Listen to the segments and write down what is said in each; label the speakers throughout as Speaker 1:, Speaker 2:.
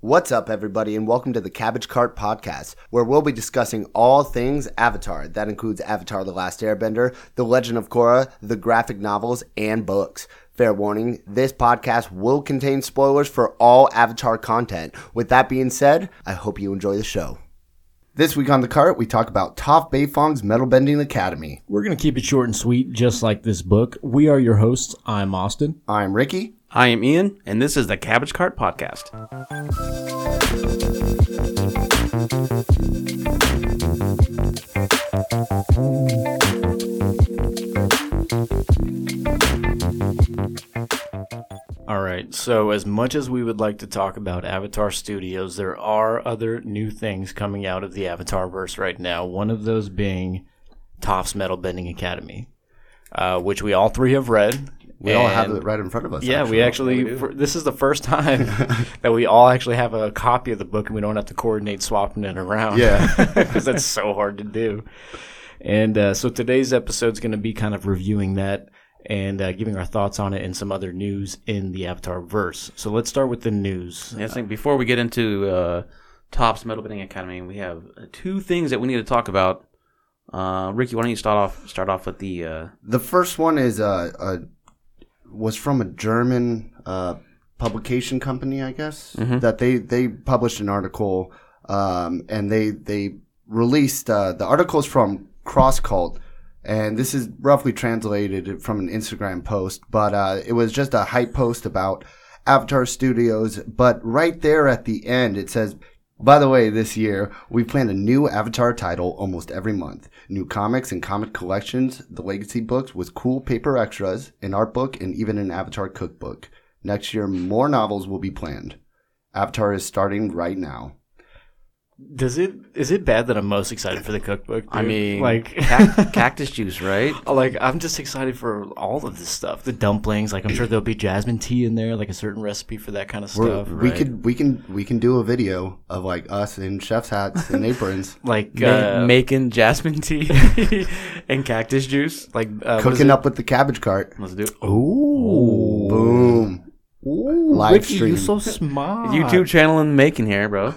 Speaker 1: What's up, everybody, and welcome to the Cabbage Cart Podcast, where we'll be discussing all things Avatar. That includes Avatar The Last Airbender, The Legend of Korra, the graphic novels, and books. Fair warning this podcast will contain spoilers for all Avatar content. With that being said, I hope you enjoy the show. This week on the cart, we talk about Toph Beifong's Metal Bending Academy.
Speaker 2: We're going to keep it short and sweet, just like this book. We are your hosts. I'm Austin.
Speaker 1: I'm Ricky.
Speaker 3: I am Ian, and this is the Cabbage Cart Podcast. All right, so as much as we would like to talk about Avatar Studios, there are other new things coming out of the Avatar verse right now. One of those being Toph's Metal Bending Academy, uh, which we all three have read.
Speaker 1: We all have it right in front of us.
Speaker 3: Yeah, we actually. For, this is the first time that we all actually have a copy of the book, and we don't have to coordinate swapping it around.
Speaker 1: Yeah.
Speaker 3: because that's so hard to do. And uh, so today's episode is going to be kind of reviewing that and uh, giving our thoughts on it and some other news in the Avatar verse. So let's start with the news.
Speaker 4: I think before we get into uh, Topps Metal Bending Academy, we have uh, two things that we need to talk about. Uh, Ricky, why don't you start off start off with the uh,
Speaker 1: The first one is uh, uh was from a German uh, publication company, I guess, that they they published an article, um, and they they released uh, the articles from Cross Cult, and this is roughly translated from an Instagram post, but uh, it was just a hype post about Avatar Studios. But right there at the end, it says. By the way, this year we plan a new Avatar title almost every month. New comics and comic collections, the legacy books with cool paper extras, an art book, and even an Avatar cookbook. Next year, more novels will be planned. Avatar is starting right now.
Speaker 3: Does it is it bad that I'm most excited for the cookbook?
Speaker 4: I
Speaker 3: dude?
Speaker 4: mean
Speaker 3: like.
Speaker 4: cac- cactus juice, right?
Speaker 3: Like I'm just excited for all of this stuff. The dumplings, like I'm sure there'll be jasmine tea in there, like a certain recipe for that kind of
Speaker 1: We're-
Speaker 3: stuff.
Speaker 1: we could we can we can do a video of like us in chef's hats and aprons
Speaker 3: like
Speaker 4: Ma-
Speaker 3: uh,
Speaker 4: making jasmine tea and cactus juice.
Speaker 3: like uh, what is
Speaker 1: cooking
Speaker 3: it?
Speaker 1: up with the cabbage cart.
Speaker 4: Let's do it.
Speaker 3: Ooh,
Speaker 1: Boom. Live
Speaker 3: Ricky,
Speaker 1: stream.
Speaker 3: You so smart.
Speaker 4: YouTube channel in the making here, bro.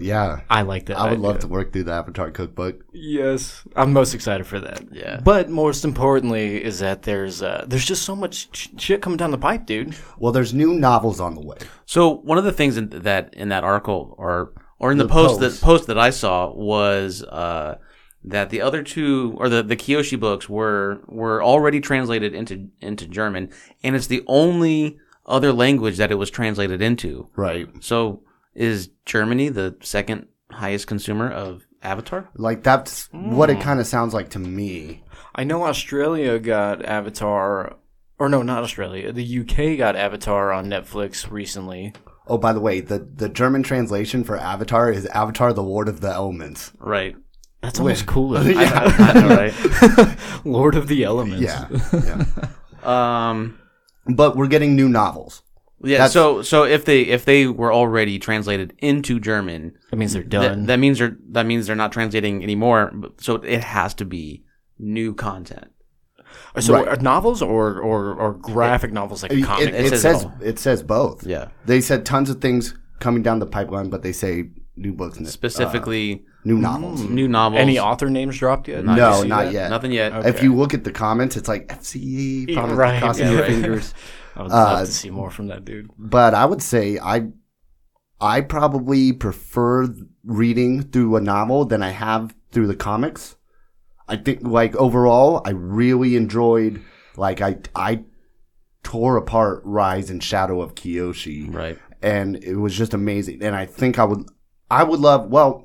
Speaker 1: Yeah.
Speaker 3: I like that.
Speaker 1: I would
Speaker 3: idea.
Speaker 1: love to work through the Avatar cookbook.
Speaker 3: Yes, I'm most excited for that.
Speaker 4: Yeah.
Speaker 3: But most importantly is that there's uh, there's just so much sh- shit coming down the pipe, dude.
Speaker 1: Well, there's new novels on the way.
Speaker 4: So one of the things in that in that article or or in the, post,
Speaker 1: post.
Speaker 4: that post that I saw was uh, that the other two or the, the Kiyoshi books were were already translated into into German, and it's the only other language that it was translated into.
Speaker 1: Right.
Speaker 4: So is Germany the second highest consumer of Avatar?
Speaker 1: Like that's what
Speaker 3: Mm.
Speaker 1: it kind of sounds like to me.
Speaker 3: I know Australia got Avatar, or no, not Australia. The UK got Avatar on Netflix recently.
Speaker 1: Oh, by the way, the, the German translation for Avatar is Avatar the Lord of the Elements.
Speaker 4: Right.
Speaker 3: That's almost cooler.
Speaker 4: I know, right.
Speaker 3: Lord of the Elements.
Speaker 1: Yeah. yeah.
Speaker 4: Um,
Speaker 1: But we're getting new novels.
Speaker 4: yeah.
Speaker 1: That's-
Speaker 4: so so if they if they were already translated into German,
Speaker 3: That means they're
Speaker 4: Th-
Speaker 3: done.
Speaker 4: that means they're that means they're not translating anymore. but- So it has to be new content.
Speaker 3: so
Speaker 1: Right.
Speaker 3: are novels or, or, or graphic novels like
Speaker 1: It,
Speaker 3: comics.
Speaker 1: it- it
Speaker 4: says
Speaker 1: says
Speaker 4: it all.
Speaker 1: it says both.
Speaker 4: Yeah.
Speaker 1: They said tons of things coming down the pipeline, but they say new books, and,
Speaker 4: Specifically,
Speaker 1: uh,
Speaker 3: Mm.
Speaker 1: new novels.
Speaker 4: new novels.
Speaker 3: Any author names dropped yet?
Speaker 4: Not
Speaker 3: Did you
Speaker 1: no,
Speaker 3: see
Speaker 1: not
Speaker 3: that?
Speaker 1: yet.
Speaker 4: Nothing yet.
Speaker 1: If you look at the comments, it's like FCE, probably
Speaker 3: right,
Speaker 1: crossing
Speaker 3: yeah,
Speaker 1: your
Speaker 3: right.
Speaker 1: fingers.
Speaker 3: I would love
Speaker 1: Uh,
Speaker 3: to see more from that dude.
Speaker 1: But I would say I, I probably prefer reading through a novel than I have through the comics. I think, like overall, I really enjoyed. Like I, I tore apart Rise and Shadow of Kiyoshi.
Speaker 4: Right.
Speaker 1: and it was just amazing. And I think I would, I would love. Well,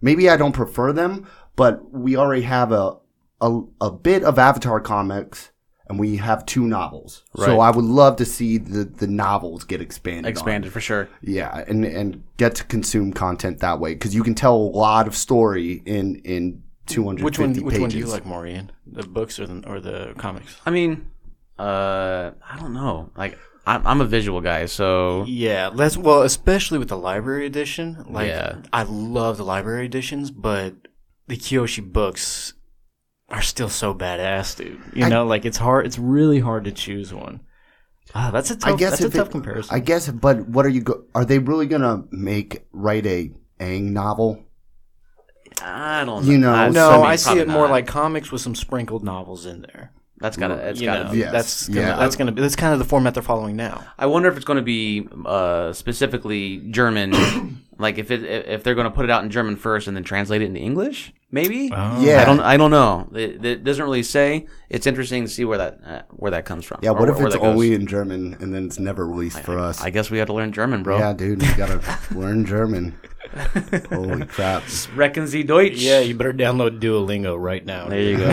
Speaker 1: maybe I don't prefer them, but we already have a a, a bit of Avatar comics, and we have two novels.
Speaker 4: Right.
Speaker 1: So I would love to see the the novels get expanded. on.
Speaker 4: Expanded for sure.
Speaker 1: yeah, and and get to consume content that way because you can tell a lot of story in in two hundred
Speaker 3: Which one?
Speaker 1: fifty pages.
Speaker 3: Which one do you like more, Ian? The books or the, or the comics?
Speaker 4: I mean, uh, I don't know. Like, I'm, I'm a visual guy, so
Speaker 3: Yeah, that's well, especially with the library edition. Like,
Speaker 4: Yeah.
Speaker 3: I love the library editions, but the Kyoshi books are still so badass, dude. You know, like it's hard. It's really hard to choose one. Ah, that's a tough,
Speaker 1: I guess
Speaker 3: that's
Speaker 1: if
Speaker 3: a tough
Speaker 1: it-
Speaker 3: comparison.
Speaker 1: I guess, but what are you? Go- are they really gonna make write a Ang novel?
Speaker 4: I don't know.
Speaker 1: You know,
Speaker 4: I,
Speaker 3: no,
Speaker 4: I
Speaker 3: I,
Speaker 4: mean,
Speaker 3: see
Speaker 4: probably
Speaker 3: it more
Speaker 4: not.
Speaker 3: like comics with some sprinkled novels in there.
Speaker 4: that's gotta. That's
Speaker 3: you
Speaker 4: gotta.
Speaker 3: know,
Speaker 4: be-
Speaker 1: Yes.
Speaker 3: that's gonna,
Speaker 1: Yeah.
Speaker 3: that's gonna be that's kind of the format they're following now.
Speaker 4: I wonder if it's going to be uh, specifically German. like if it if they're going to put it out in German first and then translate it into English, maybe.
Speaker 1: Yeah.
Speaker 4: I don't. I don't know. It, it doesn't really say. It's interesting to see where that uh, where that comes from.
Speaker 1: Yeah.
Speaker 4: or
Speaker 1: What
Speaker 4: where-
Speaker 1: if
Speaker 4: where
Speaker 1: it's
Speaker 4: that goes.
Speaker 1: only in German and then it's never released for us?
Speaker 4: I guess we got to learn German, bro.
Speaker 1: yeah, dude, you gotta learn German. Holy crap!
Speaker 4: Reckon Sie Deutsch.
Speaker 3: Yeah, you better download Duolingo right now.
Speaker 4: There you go.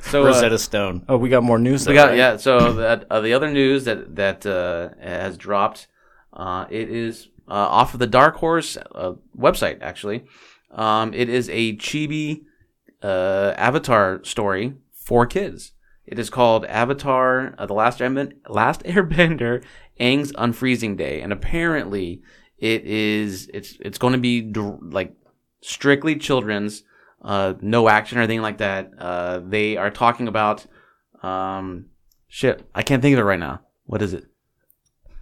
Speaker 4: so uh,
Speaker 3: Rosetta Stone. Oh, we got more news.
Speaker 4: we
Speaker 3: though,
Speaker 4: got
Speaker 3: right?
Speaker 4: yeah. So that, uh, the other news that that uh, has dropped, uh, it is uh, off of the Dark Horse uh, website. Actually, um, it is a chibi uh, Avatar story for kids. It is called Avatar: uh, The Last Airbender, Last Airbender, Aang's Unfreezing Day, and apparently it is it's it's going to be dir- like strictly children's, uh, no action or anything like that. Uh, they are talking about um, shit. I can't think of it right now. What is it?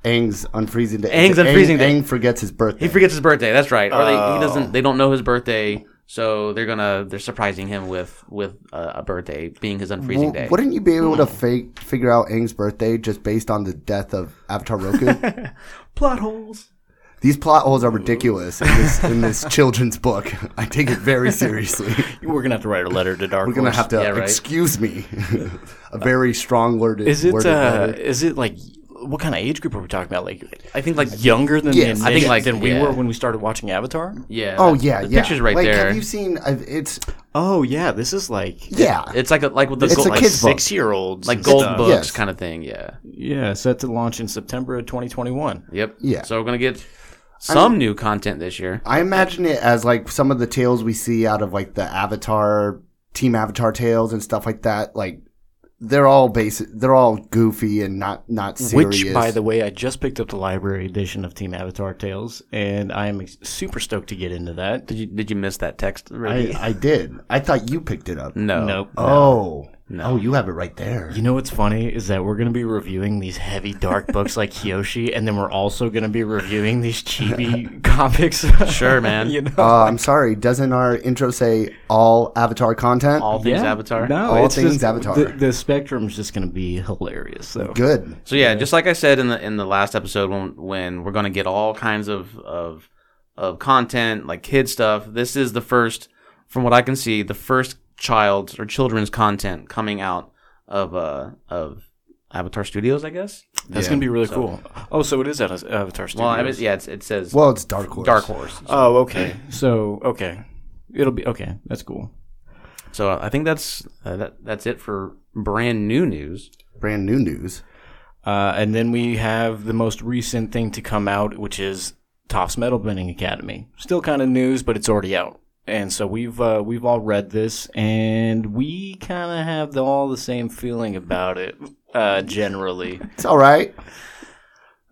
Speaker 1: Ang's unfreezing day.
Speaker 4: Aang's unfreezing
Speaker 1: Aang,
Speaker 4: day.
Speaker 1: Aang forgets his birthday.
Speaker 4: He forgets his birthday. That's right. Or they,
Speaker 3: Oh.
Speaker 4: he doesn't. They don't know his birthday, so they're gonna they're surprising him with with uh, a birthday being his unfreezing
Speaker 1: Well,
Speaker 4: day. Hmm.
Speaker 1: Wouldn't you be able to fake figure out Aang's birthday just based on the death of Avatar Roku?
Speaker 4: Plot holes.
Speaker 1: These plot holes are ridiculous in this, in this children's book. I take it very seriously.
Speaker 3: We're gonna have to write a letter to Dark
Speaker 1: We're gonna
Speaker 3: Horse.
Speaker 1: have to
Speaker 4: yeah, right.
Speaker 1: excuse me. a very strong worded.
Speaker 3: Is it
Speaker 1: worded
Speaker 3: uh,
Speaker 1: letter.
Speaker 3: is it like what kind of age group are we talking about? Like
Speaker 4: I think like
Speaker 3: younger than
Speaker 1: Yes.
Speaker 3: the
Speaker 1: I
Speaker 4: think,
Speaker 3: admission
Speaker 4: like,
Speaker 3: than we
Speaker 4: yeah.
Speaker 3: were when we started watching Avatar.
Speaker 4: yeah.
Speaker 1: Oh yeah,
Speaker 4: The
Speaker 1: yeah.
Speaker 4: picture's right
Speaker 1: like,
Speaker 4: there.
Speaker 1: Have you seen? uh, It's
Speaker 3: Oh yeah, this is like
Speaker 1: yeah.
Speaker 4: It's like a, like with the
Speaker 1: It's
Speaker 4: gold,
Speaker 1: a
Speaker 4: like,
Speaker 1: kid's book.
Speaker 3: six year olds
Speaker 4: like gold books
Speaker 1: Yes.
Speaker 4: kind of thing. Yeah.
Speaker 3: Yeah, set to launch in September of 2021.
Speaker 4: Yep.
Speaker 1: Yeah.
Speaker 4: So we're gonna get some new content this year.
Speaker 1: I imagine it as like some of the tales we see out of like the Avatar Team Avatar tales and stuff like that. Like they're all basic. They're all goofy and not not serious.
Speaker 3: Which, by the way, I just picked up the library edition of Team Avatar Tales, and I am ex- super stoked to get into that.
Speaker 4: Did you did you miss that text?
Speaker 1: I,
Speaker 4: already?
Speaker 1: I did. I thought you picked it up.
Speaker 4: no.
Speaker 3: Nope.
Speaker 1: Oh. Oh, you have it right there.
Speaker 3: You know what's funny is that we're going to be reviewing these heavy dark books like Kyoshi, and then we're also going to be reviewing these chibi comics.
Speaker 4: Sure, man.
Speaker 3: you know,
Speaker 1: Uh, I'm sorry. Doesn't our intro say all Avatar content?
Speaker 4: All things Avatar.
Speaker 3: No,
Speaker 1: All
Speaker 3: it's
Speaker 1: things
Speaker 3: just-
Speaker 1: Avatar.
Speaker 3: The, the spectrum's just going to be hilarious, though.
Speaker 1: Good.
Speaker 4: So yeah, just like I said in the in the last episode, when when we're gonna get all kinds of of of content like kid stuff. This is the first, from what I can see, the first child's or children's content coming out of uh of Avatar Studios, I guess.
Speaker 3: That's going to be really cool. Oh, so it is at Avatar Studios.
Speaker 4: Well, I mean, yeah, it's, it says
Speaker 1: Well, it's Dark Horse.
Speaker 4: Dark Horse.
Speaker 3: Oh, okay. So okay, it'll be okay. That's cool.
Speaker 4: So I think that's uh, that, that's it for brand new news.
Speaker 1: Brand new news.
Speaker 3: Uh, and then we have the most recent thing to come out, which is Topps Metal Bending Academy. Still kind of news, but it's already out. And so we've uh, we've all read this, and we kind of have the, all the same feeling about it uh, generally.
Speaker 1: It's all right.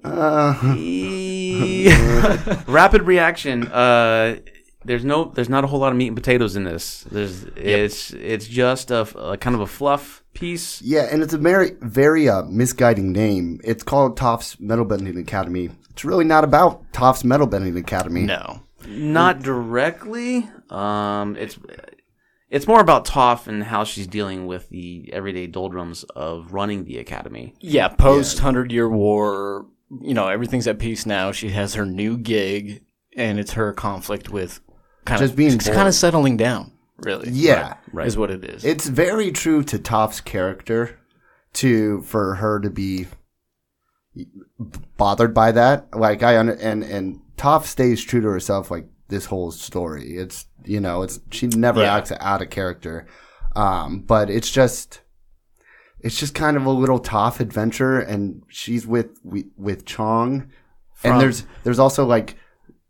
Speaker 1: Uh,
Speaker 4: Rapid reaction. Uh, there's no, there's not a whole lot of meat and potatoes in this. There's, it's, it's just a, f- a kind of a fluff piece.
Speaker 1: yeah, and it's a very, very uh, misguiding name. It's called Topps Metal Bending Academy. It's really not about Topps Metal Bending Academy.
Speaker 3: No,
Speaker 4: Not directly. Um, it's, it's more about Toph and how she's dealing with the everyday doldrums of running the academy.
Speaker 3: yeah, post Hundred Year War, you know, everything's at peace now. She has her new gig, and it's her conflict with kind
Speaker 1: Just
Speaker 3: of
Speaker 1: being
Speaker 3: it's kind
Speaker 1: bored.
Speaker 3: of settling down. Really,
Speaker 1: Yeah.
Speaker 3: right, is what it is.
Speaker 1: It's very true to Toph's character to for her to be bothered by that. Like I under, and and Toph stays true to herself like this whole story. It's you know, it's she never
Speaker 3: Yeah.
Speaker 1: acts out of character. Um, but it's just it's just kind of a little Toph adventure and she's with we- with Chong and there's there's also like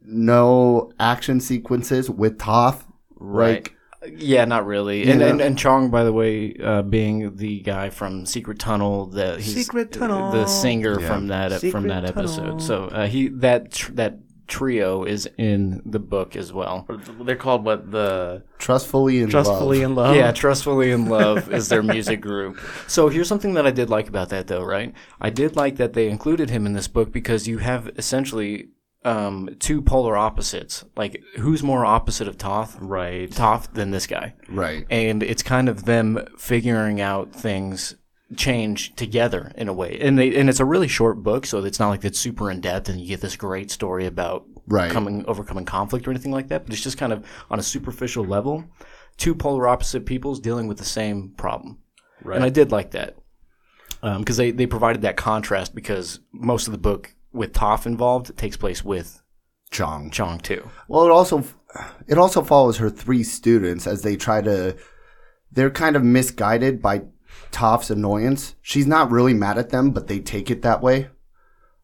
Speaker 1: no action sequences with Toph.
Speaker 4: Right.
Speaker 1: Like,
Speaker 3: Yeah, not really. And,
Speaker 1: Yeah.
Speaker 3: and and Chong, by the way, uh, being the guy from Secret Tunnel, the he's
Speaker 4: Secret Tunnel.
Speaker 3: the singer from that
Speaker 4: Secret
Speaker 3: from that episode.
Speaker 4: Tunnel.
Speaker 3: So uh, he that tr- that trio is in the book as well.
Speaker 4: They're called what the
Speaker 1: Trustfully in
Speaker 4: Trustfully
Speaker 1: love.
Speaker 4: in Love.
Speaker 3: Yeah, Trustfully in Love is their music group. So here's something that I did like about that, though, right? I did like that they included him in this book because you have essentially um, two polar opposites. Like, who's more opposite of Toth?
Speaker 4: Right.
Speaker 3: Toth than this guy.
Speaker 1: Right.
Speaker 3: And it's kind of them figuring out things change together in a way. And they and it's a really short book, so it's not like it's super in depth and you get this great story about
Speaker 1: Right.
Speaker 3: coming overcoming conflict or anything like that. But it's just kind of on a superficial level, two polar opposite peoples dealing with the same problem. Right. And I did like that because they they provided that contrast because most of the book with Toph involved takes place with
Speaker 1: Chong.
Speaker 3: Chong too.
Speaker 1: Well, it also it also follows her three students as they try to. They're kind of misguided by Toph's annoyance. She's not really mad at them, but they take it that way.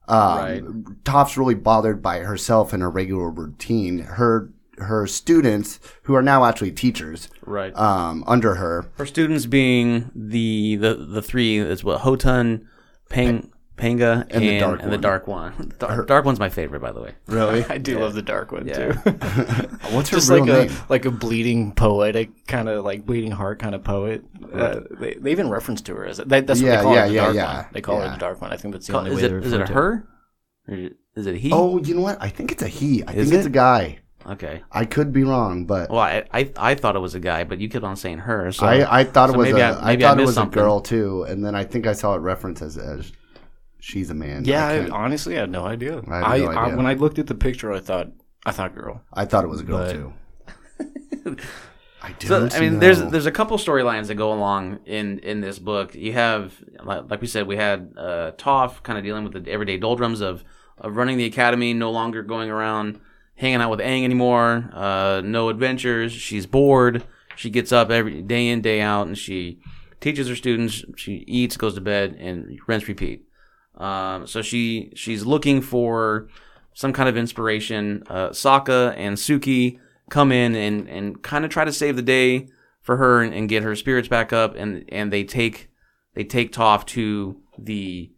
Speaker 1: Um,
Speaker 4: Right.
Speaker 1: Toph's really bothered by herself and her regular routine. Her her students, who are now actually teachers,
Speaker 4: Right.
Speaker 1: um, under her,
Speaker 4: For students being the the the three is what Hotun, Pang, Panga, and,
Speaker 1: the Dark
Speaker 4: and the
Speaker 1: One.
Speaker 4: Dark One. Dark, dark One's my favorite, by the way.
Speaker 1: really.
Speaker 3: I do love the dark one
Speaker 4: Yeah.
Speaker 3: too.
Speaker 1: What's her
Speaker 3: just
Speaker 1: real
Speaker 3: like
Speaker 1: name?
Speaker 3: a like a bleeding poetic kind of like bleeding heart kind of poet. Uh, they, they even reference to her as that, that's what
Speaker 1: Yeah,
Speaker 3: they call
Speaker 1: yeah,
Speaker 3: her the
Speaker 1: yeah,
Speaker 3: dark
Speaker 1: yeah,
Speaker 3: one. They call
Speaker 1: yeah.
Speaker 3: her the dark one. I think that's the only
Speaker 4: Is
Speaker 3: way
Speaker 4: it
Speaker 3: they
Speaker 4: is
Speaker 3: refer
Speaker 4: it a
Speaker 3: to
Speaker 4: her? Or is it- is it a he?
Speaker 1: oh, you know what? I think it's a he. I think
Speaker 4: it?
Speaker 1: it's a guy.
Speaker 4: okay.
Speaker 1: I could be wrong, but
Speaker 4: Well, I, I I thought it was a guy, but you kept on saying her. So
Speaker 1: I, I thought
Speaker 4: so
Speaker 1: it was
Speaker 4: maybe
Speaker 1: a
Speaker 4: I-
Speaker 1: I
Speaker 4: maybe I
Speaker 1: thought it
Speaker 4: missed
Speaker 1: was
Speaker 4: something.
Speaker 1: a girl too, and then I think I saw it referenced as, as she's a man.
Speaker 3: Yeah,
Speaker 1: I,
Speaker 3: I
Speaker 1: can't-
Speaker 3: honestly, I had no idea. I,
Speaker 1: I had no
Speaker 3: I-
Speaker 1: idea.
Speaker 3: when I looked at the picture, I thought I thought girl.
Speaker 1: I thought it was a girl
Speaker 3: But-
Speaker 1: too. I do.
Speaker 4: So, I mean, there's there's a couple storylines that go along in in this book. You have, like, like we said, we had uh, Toph kind of dealing with the everyday doldrums of of running the academy, no longer going around hanging out with Aang anymore. Uh, no adventures. She's bored. She gets up every day in day out, and she teaches her students. She eats, goes to bed, and rinse repeat. Um, so she she's looking for some kind of inspiration. Uh, Sokka and Suki come in and, and kind of try to save the day for her and, and get her spirits back up. And, and they take they take Toph to the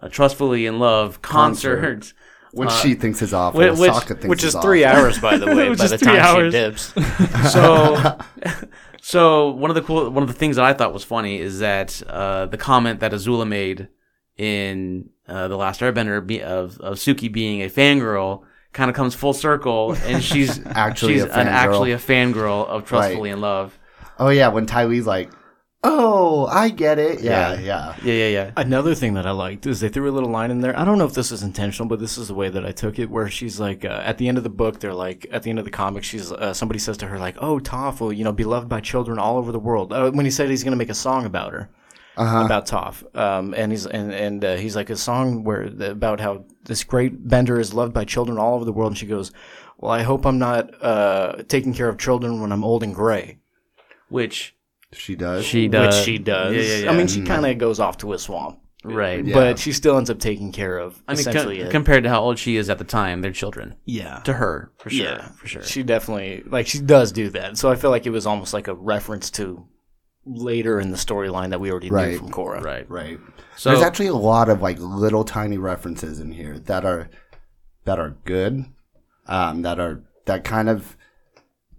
Speaker 4: uh, Trustfully in Love concert,
Speaker 1: which she thinks is awful.
Speaker 4: uh, whi- which-
Speaker 1: Sokka thinks
Speaker 3: Which
Speaker 1: is,
Speaker 3: is three
Speaker 1: awful.
Speaker 3: hours, by the way.
Speaker 4: Which
Speaker 3: by
Speaker 4: is
Speaker 3: the
Speaker 4: three
Speaker 3: time
Speaker 4: hours.
Speaker 3: she dips,
Speaker 4: so so one of the cool one of the things that I thought was funny is that uh, the comment that Azula made in uh, the Last Airbender be, of of Suki being a fangirl kind of comes full circle, and she's
Speaker 1: Actually
Speaker 4: she's
Speaker 1: a
Speaker 4: an
Speaker 1: fangirl.
Speaker 4: actually a fangirl of Trustfully in Love.
Speaker 1: Oh yeah, when Ty Lee's like, "Oh, I get it." Yeah,
Speaker 4: Yeah.
Speaker 1: yeah.
Speaker 4: Yeah, yeah, yeah.
Speaker 3: Another thing that I liked is they threw a little line in there. I don't know if this is intentional, but this is the way that I took it. Where she's like, uh, at the end of the book, they're like, at the end of the comic, she's uh, somebody says to her like, "Oh, Toph will you know be loved by children all over the world." Uh, when he said he's going to make a song about her, about Toph, um, and he's and and uh, he's like a song where about how this great bender is loved by children all over the world, and she goes, "Well, I hope I'm not uh, taking care of children when I'm old and gray." Uh,
Speaker 4: Which
Speaker 1: She does.
Speaker 4: she does.
Speaker 3: Which she does.
Speaker 4: Yeah, yeah, yeah.
Speaker 3: I mean, she kind of goes off to a swamp.
Speaker 4: right.
Speaker 1: Yeah.
Speaker 3: But she still ends up taking care of
Speaker 4: I mean, com-
Speaker 3: essentially it.
Speaker 4: compared to how old she is at the time, they're children
Speaker 3: yeah.
Speaker 4: to her, for sure,
Speaker 3: Yeah.
Speaker 4: for sure.
Speaker 3: She definitely like she does do that. So I feel like it was almost like a reference to later in the storyline that we already knew
Speaker 1: Right.
Speaker 3: from Korra.
Speaker 4: Right.
Speaker 1: right.
Speaker 4: So
Speaker 1: There's actually a lot of like little tiny references in here that are that are good, um, that are that kind of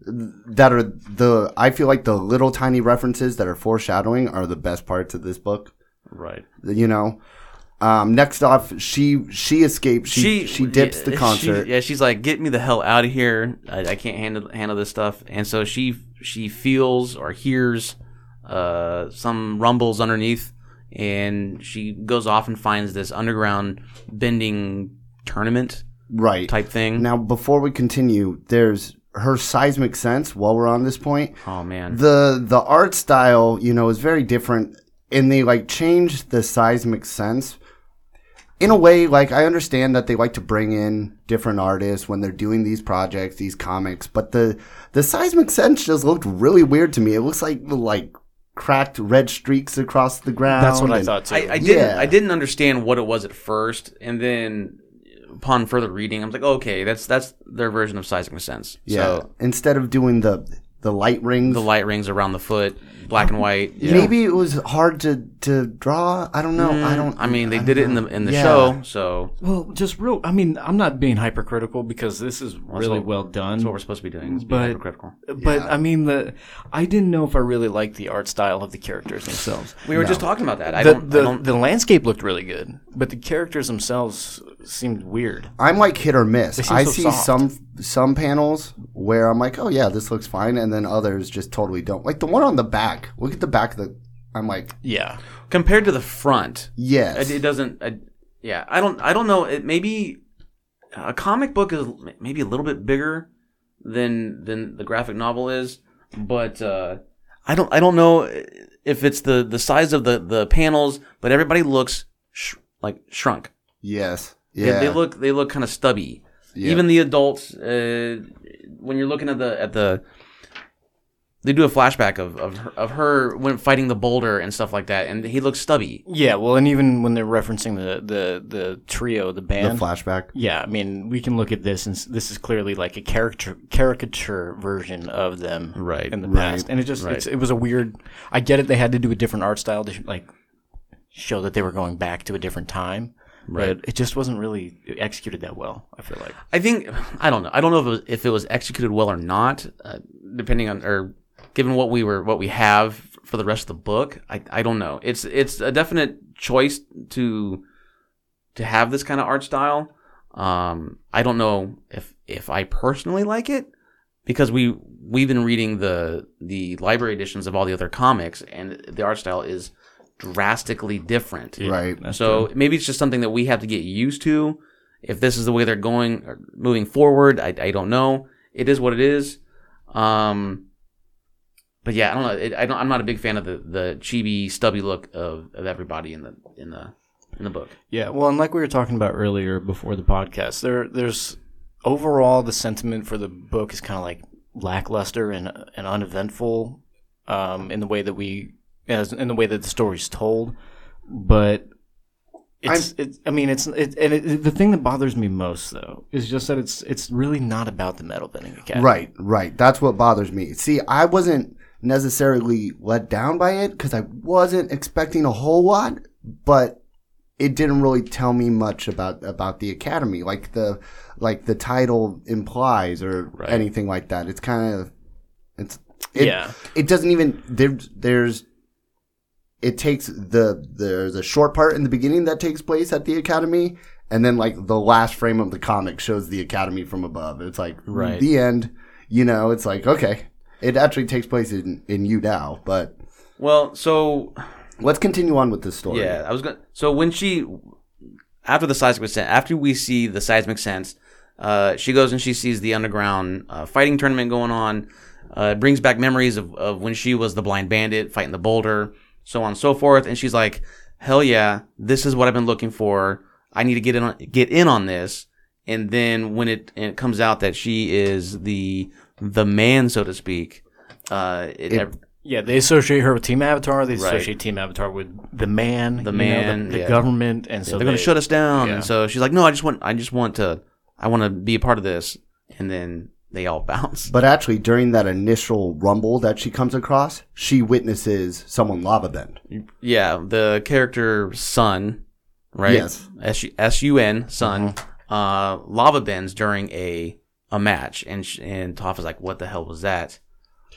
Speaker 1: that are the I feel like the little tiny references that are foreshadowing are the best parts of this book.
Speaker 4: right.
Speaker 1: You know, um, next off, she she escapes. She she, dips
Speaker 4: yeah,
Speaker 1: the
Speaker 4: she-
Speaker 1: concert.
Speaker 4: yeah, she's like, "Get me the hell out of here! I, I can't handle handle this stuff." And so she she feels or hears uh, some rumbles underneath, and she goes off and finds this underground bending tournament
Speaker 1: right
Speaker 4: type thing.
Speaker 1: now, before we continue, there's her seismic sense. While we're on this point,
Speaker 4: oh man,
Speaker 1: the the art style you know is very different and they like changed the seismic sense in a way like i understand that they like to bring in different artists when they're doing these projects these comics but the the seismic sense just looked really weird to me it looks like like cracked red streaks across the ground
Speaker 3: That's what Um, I
Speaker 1: and-
Speaker 3: thought too.
Speaker 4: I, I didn't
Speaker 1: Yeah.
Speaker 4: I didn't understand what it was at first, and then upon further reading, I was like, "Okay, that's that's their version of seismic sense."
Speaker 1: yeah
Speaker 4: So,
Speaker 1: instead of doing the the light rings.
Speaker 4: the light rings around the foot, black and white. Yeah.
Speaker 1: Maybe it was hard to, to draw. I don't know.
Speaker 3: Mm.
Speaker 1: I don't.
Speaker 4: I mean, they
Speaker 1: I
Speaker 4: did it
Speaker 1: don't
Speaker 4: in the
Speaker 1: know.
Speaker 4: in the
Speaker 1: Yeah.
Speaker 4: show, so
Speaker 3: Well, just real. I mean, I'm not being hypercritical because this is really well done.
Speaker 4: that's what we're supposed to be doing. Is be
Speaker 3: But-
Speaker 4: hypercritical.
Speaker 3: But I mean, the I didn't know if I really liked the art style of the characters themselves.
Speaker 4: We were just talking about that. I
Speaker 3: The,
Speaker 4: don't.
Speaker 3: the,
Speaker 4: I don't
Speaker 3: the landscape looked really good, but the characters themselves seemed weird.
Speaker 1: I'm like hit or miss.
Speaker 3: seem
Speaker 1: I
Speaker 3: so
Speaker 1: see
Speaker 3: soft.
Speaker 1: some some panels where I'm like, oh yeah, this looks fine, and then others just totally don't. Like the one on the back. Look at the back of the. I'm like,
Speaker 3: Yeah,
Speaker 4: compared to the front,
Speaker 1: yes,
Speaker 4: it, it doesn't. I, yeah, I don't. I don't know. It maybe a comic book is maybe a little bit bigger than than the graphic novel is, but uh, I don't. I don't know if it's the the size of the the panels, but everybody looks sh- like shrunk.
Speaker 1: yes,
Speaker 4: They-
Speaker 1: yeah.
Speaker 4: They, look they look kind of stubby.
Speaker 1: Yeah.
Speaker 4: Even the adults, uh, when you're looking at the at the, they do a flashback of of her, of her when fighting the boulder and stuff like that, and he looks stubby.
Speaker 3: yeah. Well, and even when they're referencing the the the trio,
Speaker 1: the
Speaker 3: the band.
Speaker 1: flashback.
Speaker 3: yeah, I mean, we can look at this, and s- this is clearly like a character caricature version of them,
Speaker 4: Right,
Speaker 3: In the past, and it just it's, it was a weird. I get it; they had to do a different art style to sh- like show that they were going back to a different time, right? But it just wasn't really executed that well. I feel like.
Speaker 4: I think I don't know. I don't know if it was, if it was executed well or not, uh, depending on or given what we were what we have for the rest of the book. I, I don't know. It's it's a definite choice to to have this kind of art style. Um, I don't know if if I personally like it because we we've been reading the the library editions of all the other comics and the art style is drastically different
Speaker 1: Right.
Speaker 4: so maybe it's just something that we have to get used to. If this is the way they're going or moving forward, I, I don't know. It is what it is. Um, but yeah, I don't know. It, I don't, I'm not a big fan of the, the chibi stubby look of, of everybody in the in the in the book.
Speaker 3: Yeah, well, and like we were talking about earlier before the podcast, there there's overall the sentiment for the book is kind of like lackluster and and uneventful um, in the way that we as in the way that the story's told, but. It's, it, I mean, it's it, and it, the thing that bothers me most though is just that it's it's really not about the metal bending academy.
Speaker 1: Right, right. That's what bothers me. See, I wasn't necessarily let down by it because I wasn't expecting a whole lot, but it didn't really tell me much about about the academy, like the like the title implies or anything like that. It's kind of it's it,
Speaker 3: Yeah.
Speaker 1: It doesn't even there, there's. It takes the there's a short part in the beginning that takes place at the academy, and then like the last frame of the comic shows the academy from above. It's like
Speaker 4: Right.
Speaker 1: the end. You know, it's like okay, it actually takes place in in you now. But
Speaker 4: Well, so
Speaker 1: let's continue on with this story.
Speaker 4: Yeah, I was gonna. So when she, after the seismic sense, after we see the seismic sense, uh, she goes and she sees the underground uh, fighting tournament going on. Uh, it brings back memories of, of when she was the blind bandit fighting the boulder, so on and so forth. And she's like, "Hell yeah, this is what I've been looking for. I need to get in on, get in on this." And then when it, and it comes out that she is the the man, so to speak, uh, it,
Speaker 1: It-
Speaker 3: Yeah, they associate her with Team Avatar. They associate Team Avatar with the man, you know, the
Speaker 4: man,
Speaker 3: the,
Speaker 4: yeah.
Speaker 3: government, and so
Speaker 4: they're gonna
Speaker 3: they-
Speaker 4: shut us down.
Speaker 3: yeah.
Speaker 4: And so she's like, no, I just want, I just want to, I want to be a part of this. And then they all bounce.
Speaker 1: But actually, during that initial rumble that she comes across, she witnesses someone lava bend.
Speaker 4: yeah, the character Sun, right?
Speaker 1: Yes. Uh-huh.
Speaker 4: S S U N Sun. Uh, lava bends during a a match, and sh- and Toph is like, what the hell was that?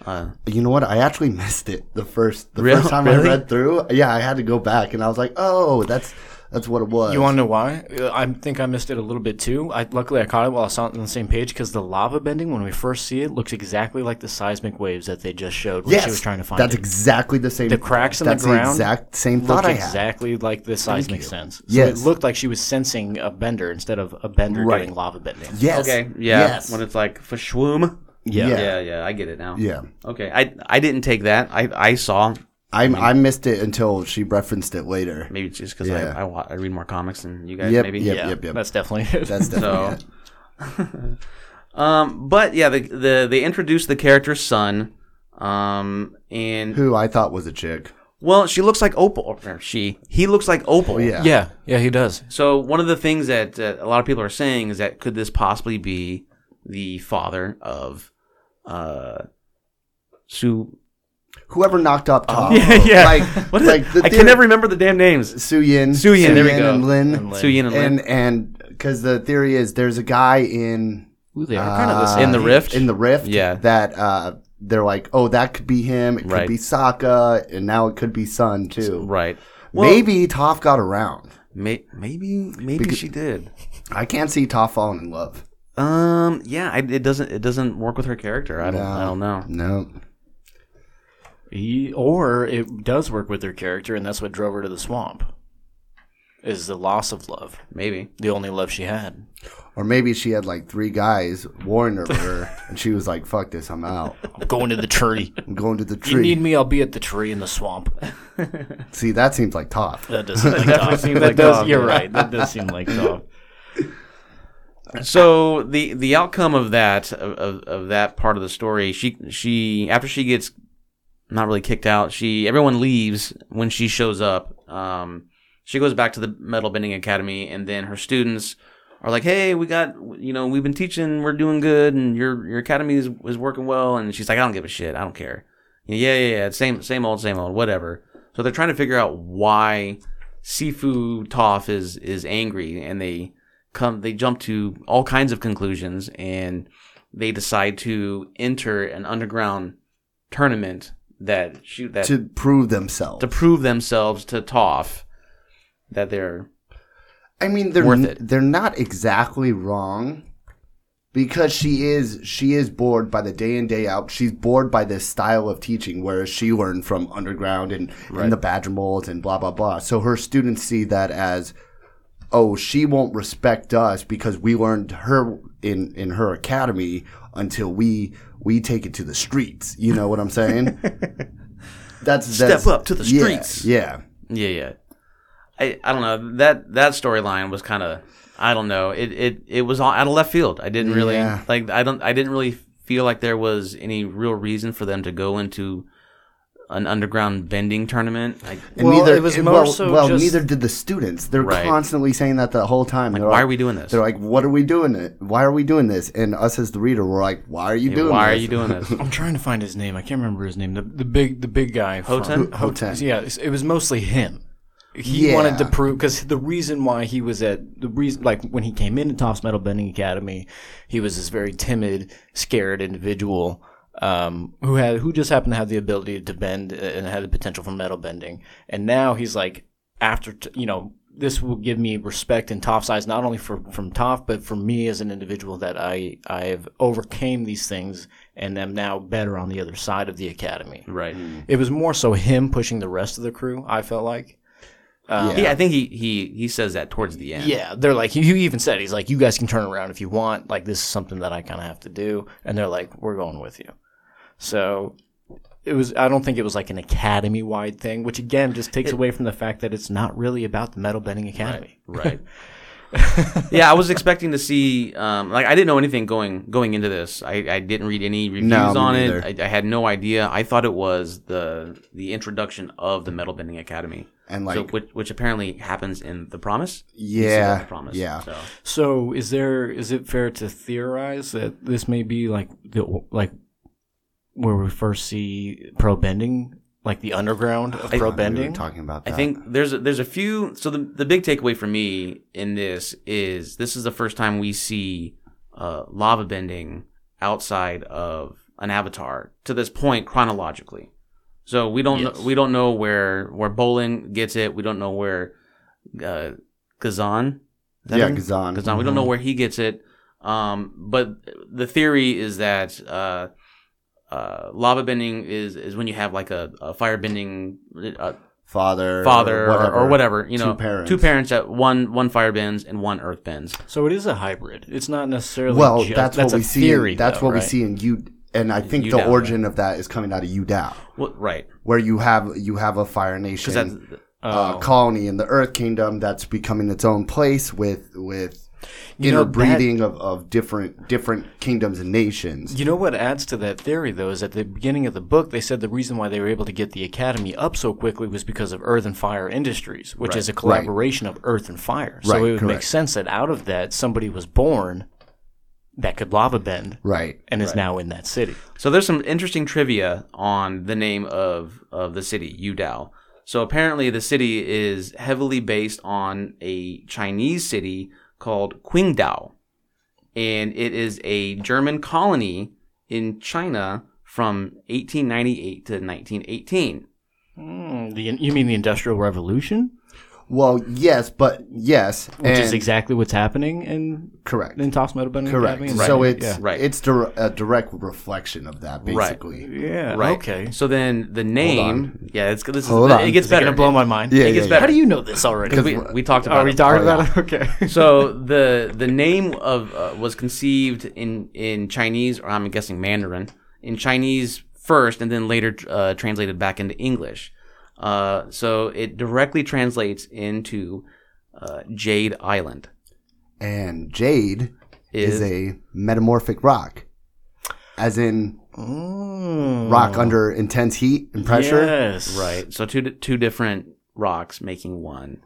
Speaker 4: Uh,
Speaker 1: You know what? I actually missed it the first the
Speaker 4: Real-
Speaker 1: first time
Speaker 4: really?
Speaker 1: I read through. Yeah, I had to go back, and I was like, oh, that's that's what it was.
Speaker 3: You want to know why? Uh, I think I missed it a little bit too. I, luckily, I caught it while I saw it on the same page because the lava bending, when we first see it, looks exactly like the seismic waves that they just showed when
Speaker 1: yes,
Speaker 3: she was trying to find
Speaker 1: that's
Speaker 3: it.
Speaker 1: exactly the same.
Speaker 3: The cracks in the
Speaker 1: that's
Speaker 3: ground
Speaker 1: exact same
Speaker 3: Looked
Speaker 1: thought I had.
Speaker 3: exactly like the seismic sense. So
Speaker 1: Yes.
Speaker 3: it looked like she was sensing a bender instead of a bender
Speaker 1: Right.
Speaker 3: doing lava bending.
Speaker 1: Yes.
Speaker 4: okay, yeah.
Speaker 1: Yes.
Speaker 4: When it's like for shwoom.
Speaker 1: Yeah. Yeah.
Speaker 4: yeah, yeah, I get it now. Okay, I I didn't take that. I I saw
Speaker 1: I I missed it until she referenced it later.
Speaker 4: maybe it's just because
Speaker 1: Yeah.
Speaker 4: I, I wa- I read more comics than you guys.
Speaker 1: Yep,
Speaker 4: maybe
Speaker 1: yep,
Speaker 4: yeah.
Speaker 1: yep, yep.
Speaker 3: That's definitely it.
Speaker 1: That's definitely
Speaker 4: So,
Speaker 1: Oh,
Speaker 4: um, but yeah, the, the they introduced the character's son, um,
Speaker 1: it.
Speaker 4: and
Speaker 1: who I thought was a chick.
Speaker 4: well, she looks like Opal. Or she he looks like Opal.
Speaker 1: Oh, Yeah.
Speaker 3: yeah, yeah, he does.
Speaker 4: So one of the things that uh, a lot of people are saying is that could this possibly be the father of, uh, Su.
Speaker 1: Whoever knocked up Top.
Speaker 4: Yeah, yeah.
Speaker 1: Like,
Speaker 4: What is
Speaker 1: like
Speaker 4: it?
Speaker 1: the
Speaker 4: I
Speaker 1: theory-
Speaker 4: can never remember the damn names.
Speaker 1: Su Yin.
Speaker 4: Su Yin, there we go.
Speaker 1: and Lin.
Speaker 3: And Lin.
Speaker 4: Su Yin and Lin.
Speaker 1: And and because the theory is there's a guy in
Speaker 3: Ooh, they are kind of the
Speaker 1: uh,
Speaker 3: same.
Speaker 4: In the Rift?
Speaker 1: in the rift
Speaker 4: Yeah.
Speaker 1: that uh they're like oh that could be him it could
Speaker 4: Right.
Speaker 1: be Sokka and now it could be Sun too
Speaker 4: Right.
Speaker 1: maybe Toph got around
Speaker 4: May- maybe maybe she did.
Speaker 1: I can't see Toph falling in love
Speaker 4: Um. Yeah. I, it doesn't. It doesn't work with her character. I don't. I don't know.
Speaker 1: no
Speaker 3: He, or it does work with her character, and that's what drove her to the swamp. Is the loss of love
Speaker 4: Maybe.
Speaker 3: the only love she had?
Speaker 1: or maybe she had like three guys warned over her and she was like fuck this I'm out
Speaker 3: I'm going to the tree.
Speaker 1: I'm going to the
Speaker 3: you
Speaker 1: tree
Speaker 3: need me? I'll be at the tree in the swamp.
Speaker 1: see that seems like Toph
Speaker 3: That does seem like Toph.
Speaker 4: seems
Speaker 3: That
Speaker 4: like
Speaker 3: does.
Speaker 4: Toph,
Speaker 3: you're
Speaker 4: yeah.
Speaker 3: right. That does seem like Toph.
Speaker 4: So the the outcome of that of, of, of that part of the story, she she after she gets not really kicked out, she everyone leaves when she shows up. Um, she goes back to the metal bending academy, and then her students are like, "Hey, we got you know we've been teaching, we're doing good, and your your academy is, is working well." And she's like, "I don't give a shit, I don't care." Yeah, yeah, yeah, same same old, same old, whatever. So they're trying to figure out why Sifu Toph is is angry, and they come they jump to all kinds of conclusions and they decide to enter an underground tournament that shoot that to,
Speaker 1: to prove themselves
Speaker 4: prove themselves to Toph that they're
Speaker 1: I mean, they're
Speaker 4: Worth it.
Speaker 1: they're not exactly wrong because she is she is bored by the day in day out. She's bored by this style of teaching, whereas she learned from underground and, and the badger molds and blah blah blah. So her students see that as oh, she won't respect us because we learned her in in her academy until we we take it to the streets. You know what I'm saying? That's, that's
Speaker 4: up to the
Speaker 1: yeah,
Speaker 4: streets.
Speaker 1: Yeah.
Speaker 4: yeah yeah I, I don't know that that storyline was kind of I don't know it it it was all out of left field I didn't really
Speaker 1: Yeah.
Speaker 4: like I don't I didn't really feel like there was any real reason for them to go into an underground bending tournament like
Speaker 1: And
Speaker 3: Well,
Speaker 1: neither,
Speaker 3: it was
Speaker 1: and-
Speaker 3: more
Speaker 1: well,
Speaker 3: so
Speaker 1: well,
Speaker 3: just-
Speaker 1: neither did the students. They're
Speaker 4: Right.
Speaker 1: constantly saying that the whole time. They're
Speaker 4: why are we doing this
Speaker 1: They're like, "What are we doing? It? Why are we doing this?" And us as the reader, we're like, "Why are you
Speaker 4: Yeah,
Speaker 1: doing?
Speaker 4: why
Speaker 1: this?
Speaker 4: are you doing this
Speaker 3: I'm trying to find his name. I can't remember his name. The, the big the big guy. from-
Speaker 4: Hoten?
Speaker 1: Hoten.
Speaker 3: Yeah, it's- it was mostly him. He
Speaker 1: Yeah.
Speaker 3: wanted to prove because the reason why he was at the reason like when he came into Topps Metal Bending Academy, he was this very timid, scared individual um, who had who just happened to have the ability to bend uh, and had the potential for metal bending. And now he's like after t- you know this will give me respect in Toph's eyes not only for from Toph but for me as an individual that I I've overcame these things and am now better on the other side of the academy.
Speaker 4: right
Speaker 3: It was more so him pushing the rest of the crew. I felt like.
Speaker 1: Yeah.
Speaker 4: Yeah, I think he, he he says that towards the end.
Speaker 3: Yeah, they're like you even said he's like you guys can turn around if you want. Like this is something that I kind of have to do, and they're like we're going with you. So it was. I don't think it was like an academy wide thing, which again just takes away from the fact that it's not really about the metal bending academy.
Speaker 4: Right. yeah, I was expecting to see um, like I didn't know anything going going into this. I, I didn't read any reviews
Speaker 1: No, me
Speaker 4: on
Speaker 1: neither.
Speaker 4: it. I, I had no idea. I thought it was the the introduction of the Metal Bending Academy.
Speaker 1: And
Speaker 4: so
Speaker 1: like,
Speaker 4: which which apparently happens in The Promise. You see that in
Speaker 1: yeah,
Speaker 4: The Promise.
Speaker 1: yeah.
Speaker 4: So
Speaker 3: So is there is it fair to theorize that this may be like the like where we first see pro bending, like the underground of pro
Speaker 1: We
Speaker 3: bending?
Speaker 1: were talking about
Speaker 4: I
Speaker 1: that.
Speaker 4: think there's a, there's a few. So the the big takeaway for me in this is this is the first time we see uh, lava bending outside of an avatar to this point chronologically. So we don't
Speaker 3: Yes.
Speaker 4: we don't know where where Bolin gets it. We don't know where uh, Kazan. is that
Speaker 1: yeah, mm-hmm.
Speaker 4: him?
Speaker 1: Kazan.
Speaker 4: Kazan. We don't know where he gets it. Um, but the theory is that uh, uh, lava bending is is when you have like a, a fire bending uh,
Speaker 1: father,
Speaker 4: father or whatever, or, whatever you
Speaker 1: Two
Speaker 4: know
Speaker 1: parents.
Speaker 4: two parents that one one fire bends and one earth bends
Speaker 3: So it is a hybrid. It's not necessarily
Speaker 1: Well,
Speaker 3: ju-
Speaker 1: that's, what
Speaker 3: a
Speaker 1: we see.
Speaker 3: Theory,
Speaker 1: in, that's
Speaker 3: though,
Speaker 1: what
Speaker 3: right?
Speaker 1: we see in you. And I think
Speaker 4: Udao,
Speaker 1: the origin of that is coming out of Udao,
Speaker 4: well, right
Speaker 1: where you have you have a Fire
Speaker 4: because
Speaker 1: Nation.
Speaker 4: that's
Speaker 3: Oh.
Speaker 1: uh, colony in the Earth Kingdom that's becoming its own place with with
Speaker 3: You know,
Speaker 1: interbreeding of, of different different kingdoms and nations.
Speaker 3: You know what adds to that theory, though, is at the beginning of the book, they said the reason why they were able to get the academy up so quickly was because of Earth and Fire Industries, which is a collaboration of Earth and Fire. So
Speaker 1: Right,
Speaker 3: it would make
Speaker 1: correct.
Speaker 3: sense that out of that, somebody was born that could lava bend
Speaker 1: Right.
Speaker 3: and is now in that city.
Speaker 4: So there's some interesting trivia on the name of of the city, Yudao. So apparently the city is heavily based on a Chinese city called Qingdao. And it is a German colony in China from 1898 to 1918.
Speaker 3: Hmm, the, you mean the Industrial Revolution,
Speaker 1: Well, yes, but yes,
Speaker 3: which is
Speaker 1: and-
Speaker 3: exactly what's happening in
Speaker 1: correct.
Speaker 3: in Top's Metal Bending
Speaker 1: Correct.
Speaker 3: Academy?
Speaker 1: So
Speaker 3: Right.
Speaker 1: it's
Speaker 4: Right.
Speaker 1: it's dir- a direct reflection of that,
Speaker 4: Right.
Speaker 1: basically.
Speaker 3: yeah, yeah,
Speaker 4: Right.
Speaker 3: Okay.
Speaker 4: So then the name, yeah, it's this is,
Speaker 1: Hold on.
Speaker 4: it gets
Speaker 3: Is that
Speaker 4: better.
Speaker 3: gonna blow my mind?
Speaker 1: Yeah,
Speaker 4: it gets
Speaker 1: yeah,
Speaker 4: better.
Speaker 3: How do you know this already?
Speaker 4: we, we talked about
Speaker 3: Are we
Speaker 4: it.
Speaker 3: talking
Speaker 1: Oh,
Speaker 3: about it? Okay.
Speaker 4: so the the name of uh, was conceived in in Chinese or I'm guessing Mandarin in Chinese first and then later uh, translated back into English. Uh, so it directly translates into uh, Jade Island.
Speaker 1: And jade is,
Speaker 4: Is-
Speaker 1: a metamorphic rock, as in
Speaker 3: Oh.
Speaker 1: rock under intense heat and pressure.
Speaker 3: Mm. Yes.
Speaker 4: Right. So two two different rocks making one,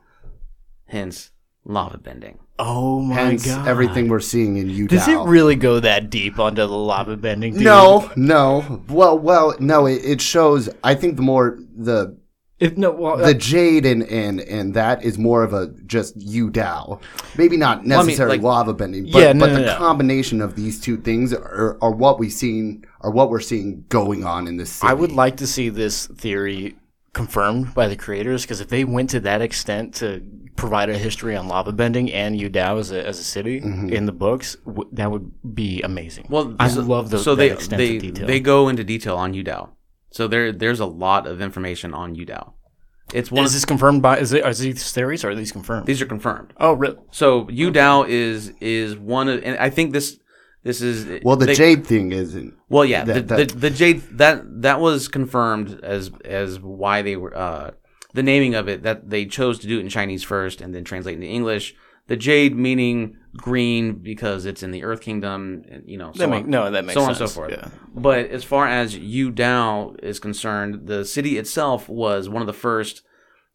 Speaker 4: hence lava bending.
Speaker 3: Oh my
Speaker 1: Hence
Speaker 3: god.
Speaker 1: everything we're seeing in Utah.
Speaker 3: Does it really go that deep onto the lava bending? dude?
Speaker 1: No, no. Well, well, no. It, it shows. I think the more the
Speaker 3: If no, well,
Speaker 1: the jade and and and that is more of a just you Dow. Maybe not
Speaker 4: I mean,
Speaker 1: necessarily
Speaker 4: like-
Speaker 1: lava bending, but,
Speaker 3: Yeah, no,
Speaker 1: but
Speaker 3: no,
Speaker 1: the
Speaker 3: no.
Speaker 1: combination of these two things are, are what we've seen are what we're seeing going on in this city.
Speaker 3: I would like to see this theory confirmed by the creators because if they went to that extent to provide a history on lava bending and Udao as a, as a city in the books, w- that would be amazing.
Speaker 4: Well,
Speaker 3: I
Speaker 4: so-
Speaker 3: love those.
Speaker 4: So
Speaker 3: that
Speaker 4: they
Speaker 3: extent
Speaker 4: they
Speaker 3: of detail.
Speaker 4: they go into detail on Udao. So there there's a lot of information on Udao. It's one.
Speaker 3: is
Speaker 4: of,
Speaker 3: this confirmed by? Is it, are these theories? Or are these confirmed?
Speaker 4: these are confirmed.
Speaker 3: oh, really?
Speaker 4: So Udao is is one of, and I think this this is
Speaker 1: Well, the
Speaker 4: they-
Speaker 1: jade thing isn't.
Speaker 4: Well, yeah,
Speaker 1: that-
Speaker 4: the,
Speaker 1: that-
Speaker 4: the, the jade that that was confirmed as as why they were uh, the naming of it that they chose to do it in Chinese first and then translate into English. The jade meaning green because it's in the Earth Kingdom, and, you know. So
Speaker 3: That make-
Speaker 4: on,
Speaker 3: no, that makes
Speaker 4: so on and
Speaker 3: sense,
Speaker 4: so forth.
Speaker 3: yeah.
Speaker 4: But as far as Udao is concerned, the city itself was one of the first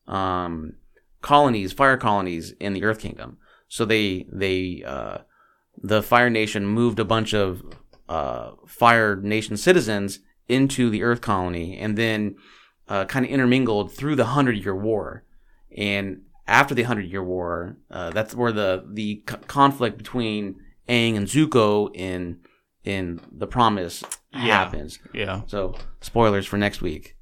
Speaker 4: um, colonies, fire colonies in the Earth Kingdom. So they they uh, the Fire Nation moved a bunch of uh, Fire Nation citizens into the Earth colony, and then uh, kind of intermingled through the Hundred Year War. And after the Hundred Year War, uh, that's where the the c- conflict between Aang and Zuko in in the Promise happens.
Speaker 3: Yeah.
Speaker 4: So spoilers for next week.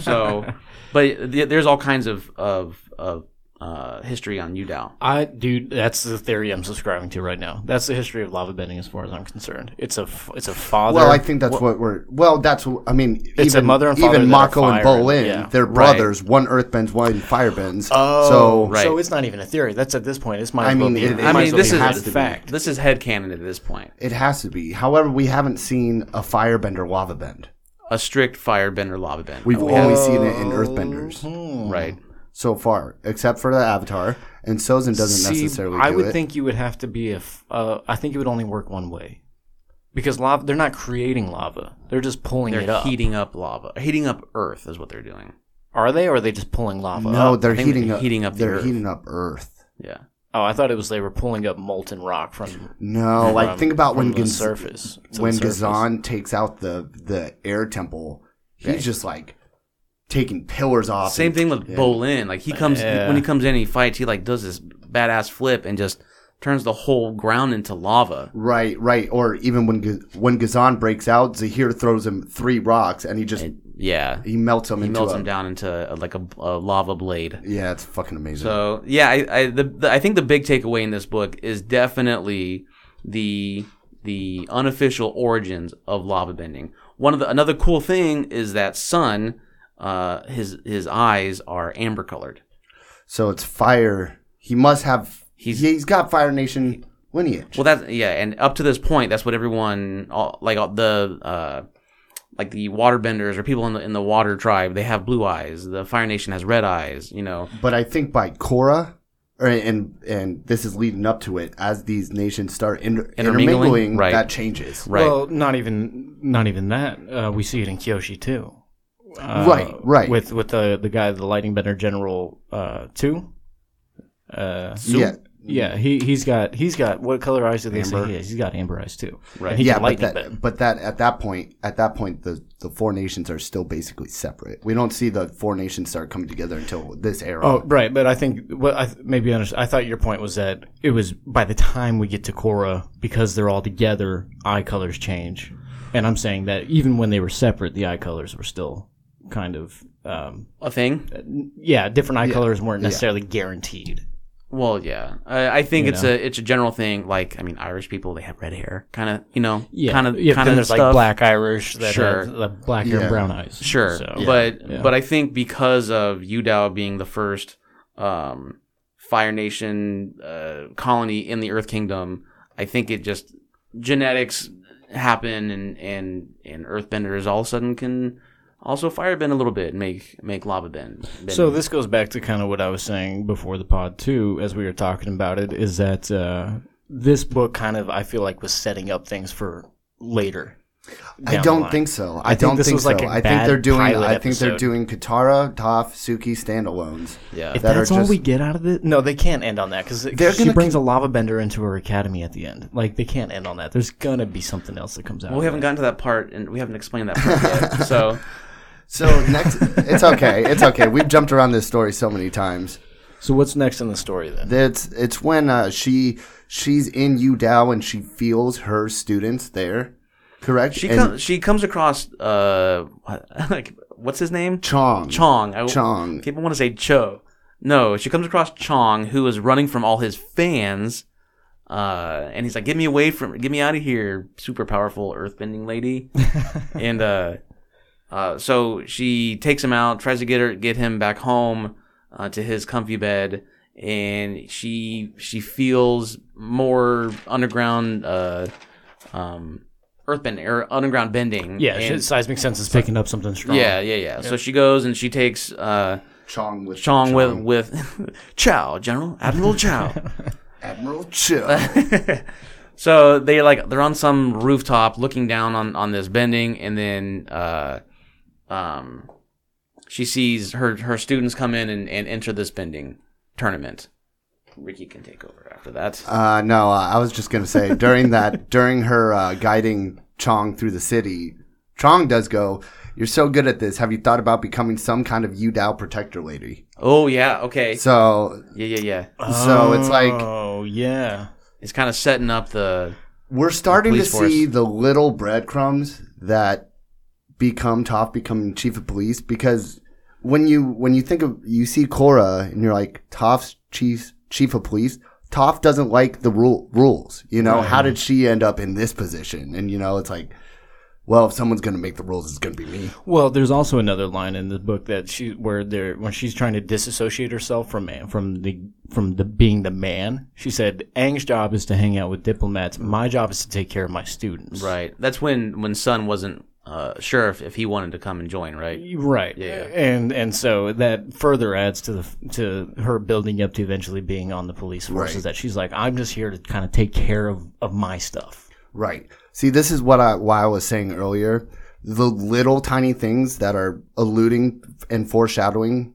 Speaker 4: so, but th- there's all kinds of of, of uh, history on Udao.
Speaker 3: I dude, that's the theory I'm subscribing to right now. That's the history of lava bending, as far as I'm concerned. It's a f- it's a father.
Speaker 1: Well, I think that's what we're. Well, that's. what- I mean,
Speaker 3: It's a
Speaker 1: even,
Speaker 3: mother and father
Speaker 1: even
Speaker 3: that are
Speaker 1: Mako and
Speaker 3: fire and-
Speaker 1: Bolin,
Speaker 3: yeah.
Speaker 1: they're
Speaker 4: Right.
Speaker 1: brothers. One earth bends, one fire bends.
Speaker 3: Oh,
Speaker 1: so
Speaker 4: right.
Speaker 3: So it's not even a theory. That's at this point. It's my.
Speaker 1: I mean, it-
Speaker 4: I
Speaker 1: might as
Speaker 4: mean,
Speaker 1: well
Speaker 4: this
Speaker 1: be
Speaker 4: is
Speaker 1: has to
Speaker 4: a
Speaker 1: be.
Speaker 4: fact. This is headcanon at this point.
Speaker 1: it has to be. However, we haven't seen a firebender lava bend.
Speaker 4: A strict firebender lava bend.
Speaker 1: We've only seen it in
Speaker 4: Oh.
Speaker 1: earthbenders.
Speaker 4: right.
Speaker 1: so far, except for the Avatar, and Sozin doesn't
Speaker 3: See,
Speaker 1: necessarily.
Speaker 3: I
Speaker 1: do
Speaker 3: would
Speaker 1: it.
Speaker 3: think you would have to be a. f- Uh, I think it would only work one way, because lava. They're not creating lava. They're just pulling it
Speaker 4: They're
Speaker 3: up.
Speaker 4: heating up lava. Heating up earth is what they're doing.
Speaker 3: Are they? or Are they just pulling lava?
Speaker 1: no,
Speaker 3: up?
Speaker 1: they're
Speaker 4: I think
Speaker 1: heating
Speaker 4: they're
Speaker 1: up.
Speaker 4: heating up the
Speaker 1: they're
Speaker 4: earth.
Speaker 1: heating up Earth.
Speaker 4: Yeah.
Speaker 3: Oh, I thought it was they were pulling up molten rock from.
Speaker 1: No, like
Speaker 3: from-
Speaker 1: think about when
Speaker 3: Um, from the
Speaker 1: Giz-
Speaker 3: surface to the
Speaker 1: when
Speaker 3: surface.
Speaker 1: Gazan takes out the the air temple, he's just like taking pillars off.
Speaker 4: Same
Speaker 1: and-
Speaker 4: thing with Bolin. Like he comes
Speaker 3: Yeah.
Speaker 4: when he comes in, and he fights. He like does this badass flip and just turns the whole ground into lava.
Speaker 1: Right, right. Or even when Gaz- when Gazan breaks out, Zahir throws him three rocks, and he just
Speaker 4: Yeah.
Speaker 1: he melts them
Speaker 4: He
Speaker 1: into
Speaker 4: melts
Speaker 1: a-
Speaker 4: him down into a, like a, a lava blade.
Speaker 1: Yeah, it's fucking amazing.
Speaker 4: So yeah, I, I the, the I think the big takeaway in this book is definitely the the unofficial origins of lava bending. One of the another cool thing is that Sun, uh, his his eyes are amber colored.
Speaker 1: so it's fire. He must have.
Speaker 4: He's-
Speaker 1: He's he's got Fire Nation lineage.
Speaker 4: Well, that's yeah, and up to this point, that's what everyone all, like all the uh, like the waterbenders or people in the in the water tribe. They have blue eyes. The Fire Nation has red eyes. You know,
Speaker 1: But I think by Korra, or, and and this is leading up to it, as these nations start inter-
Speaker 4: Intermingling,
Speaker 1: intermingling,
Speaker 4: right.
Speaker 1: that changes.
Speaker 4: right?
Speaker 3: Well, not even not even that. Uh, we see it in Kyoshi too. Uh,
Speaker 1: Right, right.
Speaker 3: With with the the guy, the lightning bender general uh, two. Uh,
Speaker 1: Yeah,
Speaker 3: Yeah, he he's got he's got what color eyes do they say he has? He's got amber eyes too. Right. And he
Speaker 1: yeah,
Speaker 3: can
Speaker 1: but
Speaker 3: lightning
Speaker 1: that,
Speaker 3: them.
Speaker 1: but that at that point, at that point, the the four nations are still basically separate. We don't see the four nations start coming together until this era.
Speaker 3: Oh, right. But I think what I th- maybe I, under- I thought your point was that it was by the time we get to Korra, because they're all together, eye colors change. And I'm saying that even when they were separate, the eye colors were still kind of um,
Speaker 4: a thing.
Speaker 3: yeah, different eye colors weren't necessarily guaranteed.
Speaker 4: Well, yeah, I, I think it's a it's a general thing. Like, I mean, Irish people they have red hair, kind of, you know,
Speaker 3: Yeah,
Speaker 4: kind of,
Speaker 3: yeah, but
Speaker 4: kind
Speaker 3: then
Speaker 4: of
Speaker 3: there's like
Speaker 4: stuff.
Speaker 3: black Irish that
Speaker 4: Sure.
Speaker 3: have the black
Speaker 1: Yeah.
Speaker 3: and brown eyes.
Speaker 4: Sure,
Speaker 3: So-
Speaker 4: but but I think because of Udao being the first um, Fire Nation uh, colony in the Earth Kingdom, I think it just genetics happen, and and and Earthbenders all of a sudden can also firebend a little bit, and make make lava bend. bend.
Speaker 3: So this goes back to kind of what I was saying before the pod too, as we were talking about it, is that uh, this book kind of I feel like was setting up things for later.
Speaker 1: I
Speaker 3: down the
Speaker 1: don't
Speaker 3: line.
Speaker 1: think so. I, don't
Speaker 3: this
Speaker 1: think
Speaker 3: was
Speaker 1: so.
Speaker 3: like a
Speaker 1: I think
Speaker 3: bad
Speaker 1: they're doing.
Speaker 3: pilot
Speaker 1: I think they're
Speaker 3: episode.
Speaker 1: doing Katara, Toph, Suki standalones.
Speaker 4: yeah,
Speaker 3: If
Speaker 1: that are
Speaker 3: that's all
Speaker 1: just-
Speaker 3: we get out of it, no, they can't end on that because
Speaker 1: They're
Speaker 3: she
Speaker 1: gonna
Speaker 3: brings a lava bender into her academy at the end. Like they can't end on that. There's gonna be something else that comes out.
Speaker 4: well, we haven't gotten to that part, and we haven't explained that part yet. So
Speaker 1: So next, it's okay. It's okay. We've jumped around this story so many times.
Speaker 3: So what's next in the story then?
Speaker 1: That's it's when uh, she she's in Udao and she feels her students there, correct?
Speaker 4: she
Speaker 1: and
Speaker 4: comes she comes across uh what- like what's his name
Speaker 1: Chong.
Speaker 4: Chong. I,
Speaker 1: Chong.
Speaker 4: People want to say Cho. No, she comes across Chong, who is running from all his fans, uh, and he's like, "Get me away from, get me out of here, super powerful earthbending lady." and uh, uh, so she takes him out, tries to get her, get him back home uh, to his comfy bed, and she she feels more underground, uh, um, earthbending or underground bending.
Speaker 3: Yeah,
Speaker 4: And-
Speaker 3: she- seismic sense is picking up something strong.
Speaker 4: yeah, yeah, yeah, So she goes and she takes. Uh,
Speaker 1: Chong with
Speaker 4: Chong with with Chow, General Admiral Chow.
Speaker 1: Admiral Cho.
Speaker 4: so they like they're on some rooftop looking down on on this bending, and then uh, um, she sees her her students come in and, and enter this bending tournament. Ricky can take over after that.
Speaker 1: Uh, no, uh, I was just gonna say during that during her uh, guiding Chong through the city, Chong does go. You're so good at this. Have you thought about becoming some kind of Udao protector lady?
Speaker 4: Oh yeah, okay,
Speaker 1: So,
Speaker 4: yeah, yeah, yeah.
Speaker 1: so it's like
Speaker 3: Oh yeah.
Speaker 4: It's kind of setting up the
Speaker 1: we're starting to
Speaker 4: police force.
Speaker 1: see the little breadcrumbs that become Toph becoming chief of police because when you when you think of you see Cora and you're like Toph's chief chief of police. Toph doesn't like the rule, rules. You know, how did she end up in this position? And you know, it's like, well, if someone's going to make the rules, it's going to be me.
Speaker 3: Well, there's also another line in the book that she where there when she's trying to disassociate herself from from the from the being the man. She said, "Aang's job is to hang out with diplomats. My job is to take care of my students."
Speaker 4: right. That's when when Sun wasn't uh, sure if, if he wanted to come and join. Right.
Speaker 3: Right. Yeah. And and so that further adds to the to her building up to eventually being on the police forces that she's like, "I'm just here to kind of take care of of my stuff."
Speaker 1: Right. See, this is what I why I was saying earlier. The little tiny things that are alluding and foreshadowing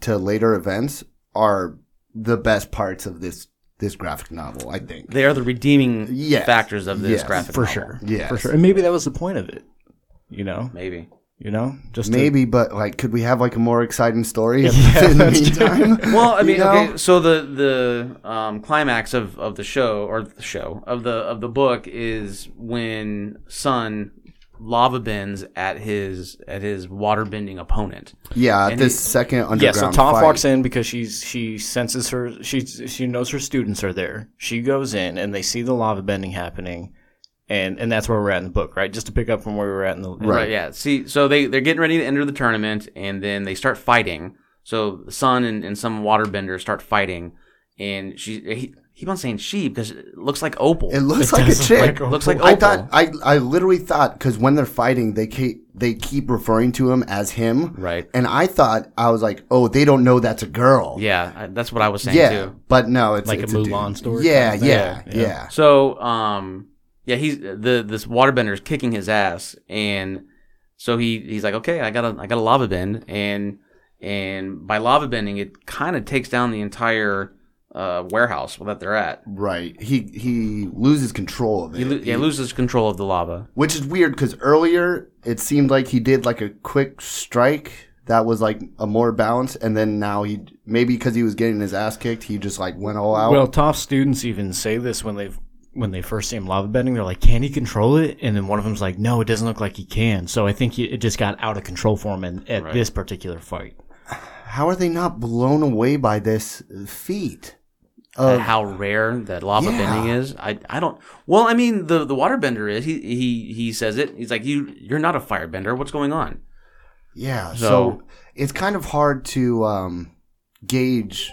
Speaker 1: to later events are the best parts of this this graphic novel, I think.
Speaker 4: They are the redeeming
Speaker 1: Yes.
Speaker 4: factors of this
Speaker 1: Yes,
Speaker 4: graphic
Speaker 3: For
Speaker 4: novel.
Speaker 3: sure.
Speaker 1: Yes.
Speaker 3: For sure. And maybe that was the point of it. You know.
Speaker 4: Maybe.
Speaker 3: You know. Just to-
Speaker 1: Maybe, but like, could we have like a more exciting story at the- in the meantime?
Speaker 4: Well, I
Speaker 1: You
Speaker 4: mean,
Speaker 1: know?
Speaker 4: okay. So the the um, climax of, of the show or the show of the of the book is when Sun lava bends at his at his water bending opponent.
Speaker 1: yeah,
Speaker 4: And
Speaker 1: this
Speaker 4: he-
Speaker 1: second
Speaker 3: Yeah,
Speaker 1: underground
Speaker 3: so Toph
Speaker 1: fight.
Speaker 3: walks in because she's she senses her she she knows her students are there. She goes in and they see the lava bending happening, and and that's where we're at in the book, right? Just to pick up from where we were at in the
Speaker 4: Right. yeah. See, so they they're getting ready to enter the tournament, and then they start fighting. So Sun and, and some waterbender start fighting, and she he, he keep on saying she because it looks like Opal.
Speaker 1: It looks like a chick.
Speaker 4: looks like Opal.
Speaker 1: I thought I, I literally thought because when they're fighting, they keep they keep referring to him as him,
Speaker 4: Right.
Speaker 1: And I thought I was like, oh, they don't know that's a girl.
Speaker 4: yeah, I, that's what I was saying
Speaker 1: yeah,
Speaker 4: too.
Speaker 1: but no, it's
Speaker 3: Like a
Speaker 1: it's
Speaker 3: Mulan
Speaker 1: dude.
Speaker 3: story
Speaker 1: Yeah,
Speaker 3: kinda thing.
Speaker 1: yeah,
Speaker 3: Yeah,
Speaker 1: yeah,
Speaker 4: So, um, yeah, he's the this waterbender is kicking his ass, and so he he's like, okay, I gotta I gotta lava bend, and and by lava bending, it kind of takes down the entire uh, uh, warehouse that they're at.
Speaker 1: Right. He he loses control of it.
Speaker 4: He, lo- yeah, loses control of the lava.
Speaker 1: which is weird because earlier it seemed like he did like a quick strike that was like a more balance, and then now he maybe because he was getting his ass kicked, he just like went all out.
Speaker 3: Well, Toph students even say this when they've when they first see him lava bending. They're like, "Can he control it?" And then one of them's like, "No, it doesn't look like he can." So I think he, it just got out of control for him in, at this particular fight.
Speaker 1: How are they not blown away by this feat?
Speaker 4: At how rare that lava
Speaker 1: yeah.
Speaker 4: bending is. I I don't. Well, I mean the the waterbender is. He he he says it. He's like you. You're not a firebender. What's going on?
Speaker 1: Yeah. So,
Speaker 4: So-
Speaker 1: it's kind of hard to um, gauge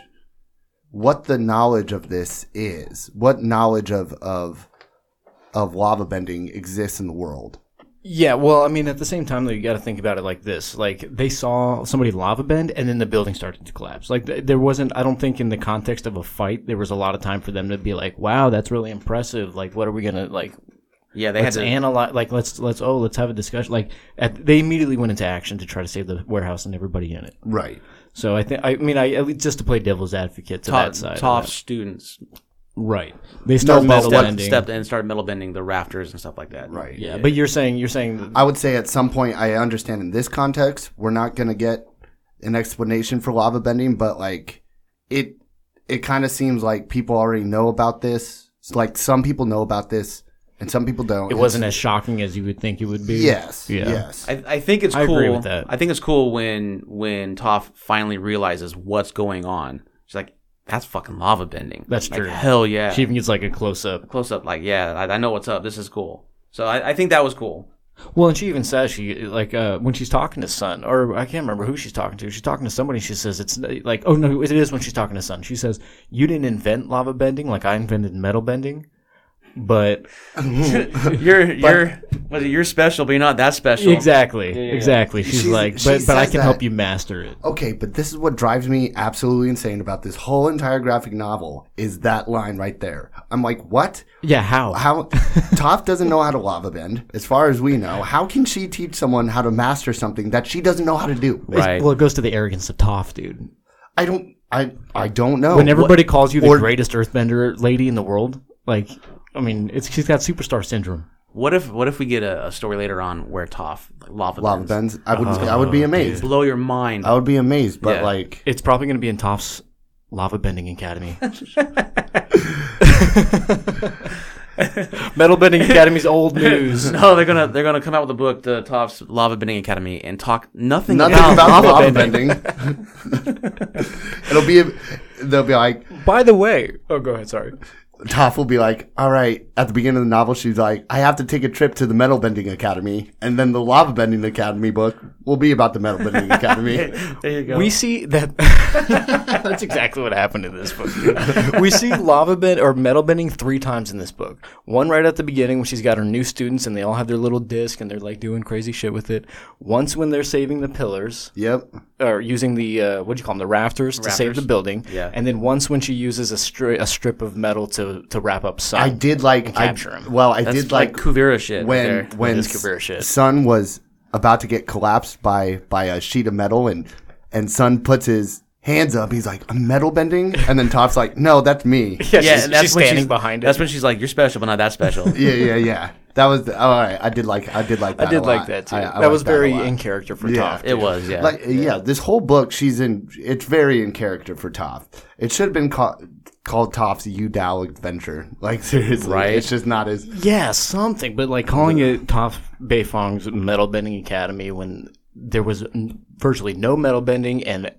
Speaker 1: what the knowledge of this is. What knowledge of of of lava bending exists in the world?
Speaker 3: Yeah, well, I mean, at the same time, though, you got to think about it like this: like they saw somebody lava bend, and then the building started to collapse. Like th- there wasn't, I don't think, in the context of a fight, there was a lot of time for them to be like, "Wow, that's really impressive." Like, what are we gonna like?
Speaker 4: Yeah, they
Speaker 3: Let's
Speaker 4: had to.
Speaker 3: analyze. Like, let's let's oh, let's have a discussion. Like, at, they immediately went into action to try to save the warehouse and everybody in it.
Speaker 1: Right.
Speaker 3: So I think, I mean, I at least just to play devil's advocate to
Speaker 4: Top,
Speaker 3: that side, of
Speaker 4: top
Speaker 3: that.
Speaker 4: students
Speaker 2: Right. They start
Speaker 1: but
Speaker 2: metal
Speaker 1: what-
Speaker 4: stepped,
Speaker 2: bending.
Speaker 4: stepped in and started metal bending the rafters and stuff like that.
Speaker 1: Right.
Speaker 3: Yeah, but you're saying you're saying
Speaker 1: I would say at some point, I understand in this context, we're not going to get an explanation for lava bending, but like it, it kind of seems like people already know about this. It's like some people know about this and some people don't.
Speaker 3: it wasn't as shocking as you would think it would be.
Speaker 1: Yes.
Speaker 3: Yeah.
Speaker 1: Yes.
Speaker 4: I, I think it's
Speaker 3: I
Speaker 4: cool.
Speaker 3: agree with that.
Speaker 4: I think it's cool when when Toph finally realizes what's going on. She's like, "That's fucking lava bending."
Speaker 3: That's
Speaker 4: Like,
Speaker 3: true.
Speaker 4: Hell yeah.
Speaker 3: She even gets like a close up.
Speaker 4: Close up, like, yeah, I, I know what's up. This is cool. So I, I think that was cool.
Speaker 3: Well, and she even says she like uh, when she's talking to Sun, or I can't remember who she's talking to. She's talking to somebody. She says it's like, oh no, it is when she's talking to Sun. She says you didn't invent lava bending, like I invented metal bending. But
Speaker 4: You're you're was it, you're special, but you're not that special.
Speaker 3: exactly, exactly. She's,
Speaker 1: She's-
Speaker 2: like,
Speaker 1: she
Speaker 2: but-
Speaker 1: says
Speaker 2: but I can
Speaker 1: that.
Speaker 2: help you master it.
Speaker 1: Okay, but this is what drives me absolutely insane about this whole entire graphic novel is that line right there. I'm like, what?
Speaker 2: Yeah, how?
Speaker 1: How Toph doesn't know how to lava bend, as far as we know. How can she teach someone how to master something that she doesn't know how to do?
Speaker 4: Right.
Speaker 2: Well, it goes to the arrogance of Toph, dude.
Speaker 1: I don't. I I don't know.
Speaker 2: When everybody calls you the
Speaker 1: or-
Speaker 2: greatest earthbender lady in the world, like, I mean, it's she's got superstar syndrome.
Speaker 4: What if what if we get a, a story later on where Toph like, lava,
Speaker 1: lava
Speaker 4: bends?
Speaker 1: bends. Oh. I would I would be amazed.
Speaker 4: Blow your mind.
Speaker 1: I would be amazed, but
Speaker 4: Yeah.
Speaker 1: like
Speaker 3: it's probably going to be in Toph's lava bending academy. metal bending academy's old news.
Speaker 4: No, Oh, they're gonna they're gonna come out with a book, the Toph's Lava Bending Academy, and talk nothing,
Speaker 1: nothing
Speaker 4: about,
Speaker 1: about
Speaker 4: lava,
Speaker 1: lava
Speaker 4: bending.
Speaker 1: bending. It'll be they'll be like
Speaker 3: By the way, oh, go ahead. Sorry.
Speaker 1: Toph will be like, all right. At the beginning of the novel, she's like, I have to take a trip to the metal bending academy, and then the lava bending academy book will be about the metal bending academy.
Speaker 4: There you go.
Speaker 3: We see that. That's exactly what happened in this book. we see lava bend or metal bending three times in this book. One right at the beginning when she's got her new students and they all have their little disc and they're like doing crazy shit with it. Once when they're saving the pillars
Speaker 1: yep.
Speaker 3: or using the uh, what do you call them the rafters, to save the building.
Speaker 4: Yeah.
Speaker 3: And then once when she uses a, stri- a strip of metal to to wrap up sun.
Speaker 1: I did like I,
Speaker 3: capture him.
Speaker 1: Well, I
Speaker 4: That's
Speaker 1: did like
Speaker 4: Kuvira shit.
Speaker 1: when
Speaker 4: there.
Speaker 1: when
Speaker 3: is Kabir shit.
Speaker 1: Sun was about to get collapsed by by a sheet of metal and and Sun puts his hands up. He's like, "I'm metal bending," and then Toph's like, "No, that's me."
Speaker 3: yeah,
Speaker 4: yeah,
Speaker 3: she's,
Speaker 4: and that's
Speaker 3: she's
Speaker 4: when
Speaker 3: standing
Speaker 4: she's,
Speaker 3: behind it.
Speaker 4: That's when she's like, "You're special, but not that special."
Speaker 1: yeah, yeah, yeah. That was the, all right. I did like I did like that.
Speaker 3: I did
Speaker 1: a
Speaker 3: like
Speaker 1: lot.
Speaker 3: that too.
Speaker 1: I- I
Speaker 3: that
Speaker 1: liked
Speaker 3: was very
Speaker 1: a lot.
Speaker 3: in character for
Speaker 1: Yeah.
Speaker 3: Toph.
Speaker 4: it was, yeah.
Speaker 1: like yeah. This whole book, she's in. It's very in character for Toph. It should have been ca- called Toph's Udal adventure. Like seriously,
Speaker 4: Right.
Speaker 1: It's just not as
Speaker 3: Yeah, something. But like calling it Toph Beifong's metal bending academy when there was n- virtually no metal bending and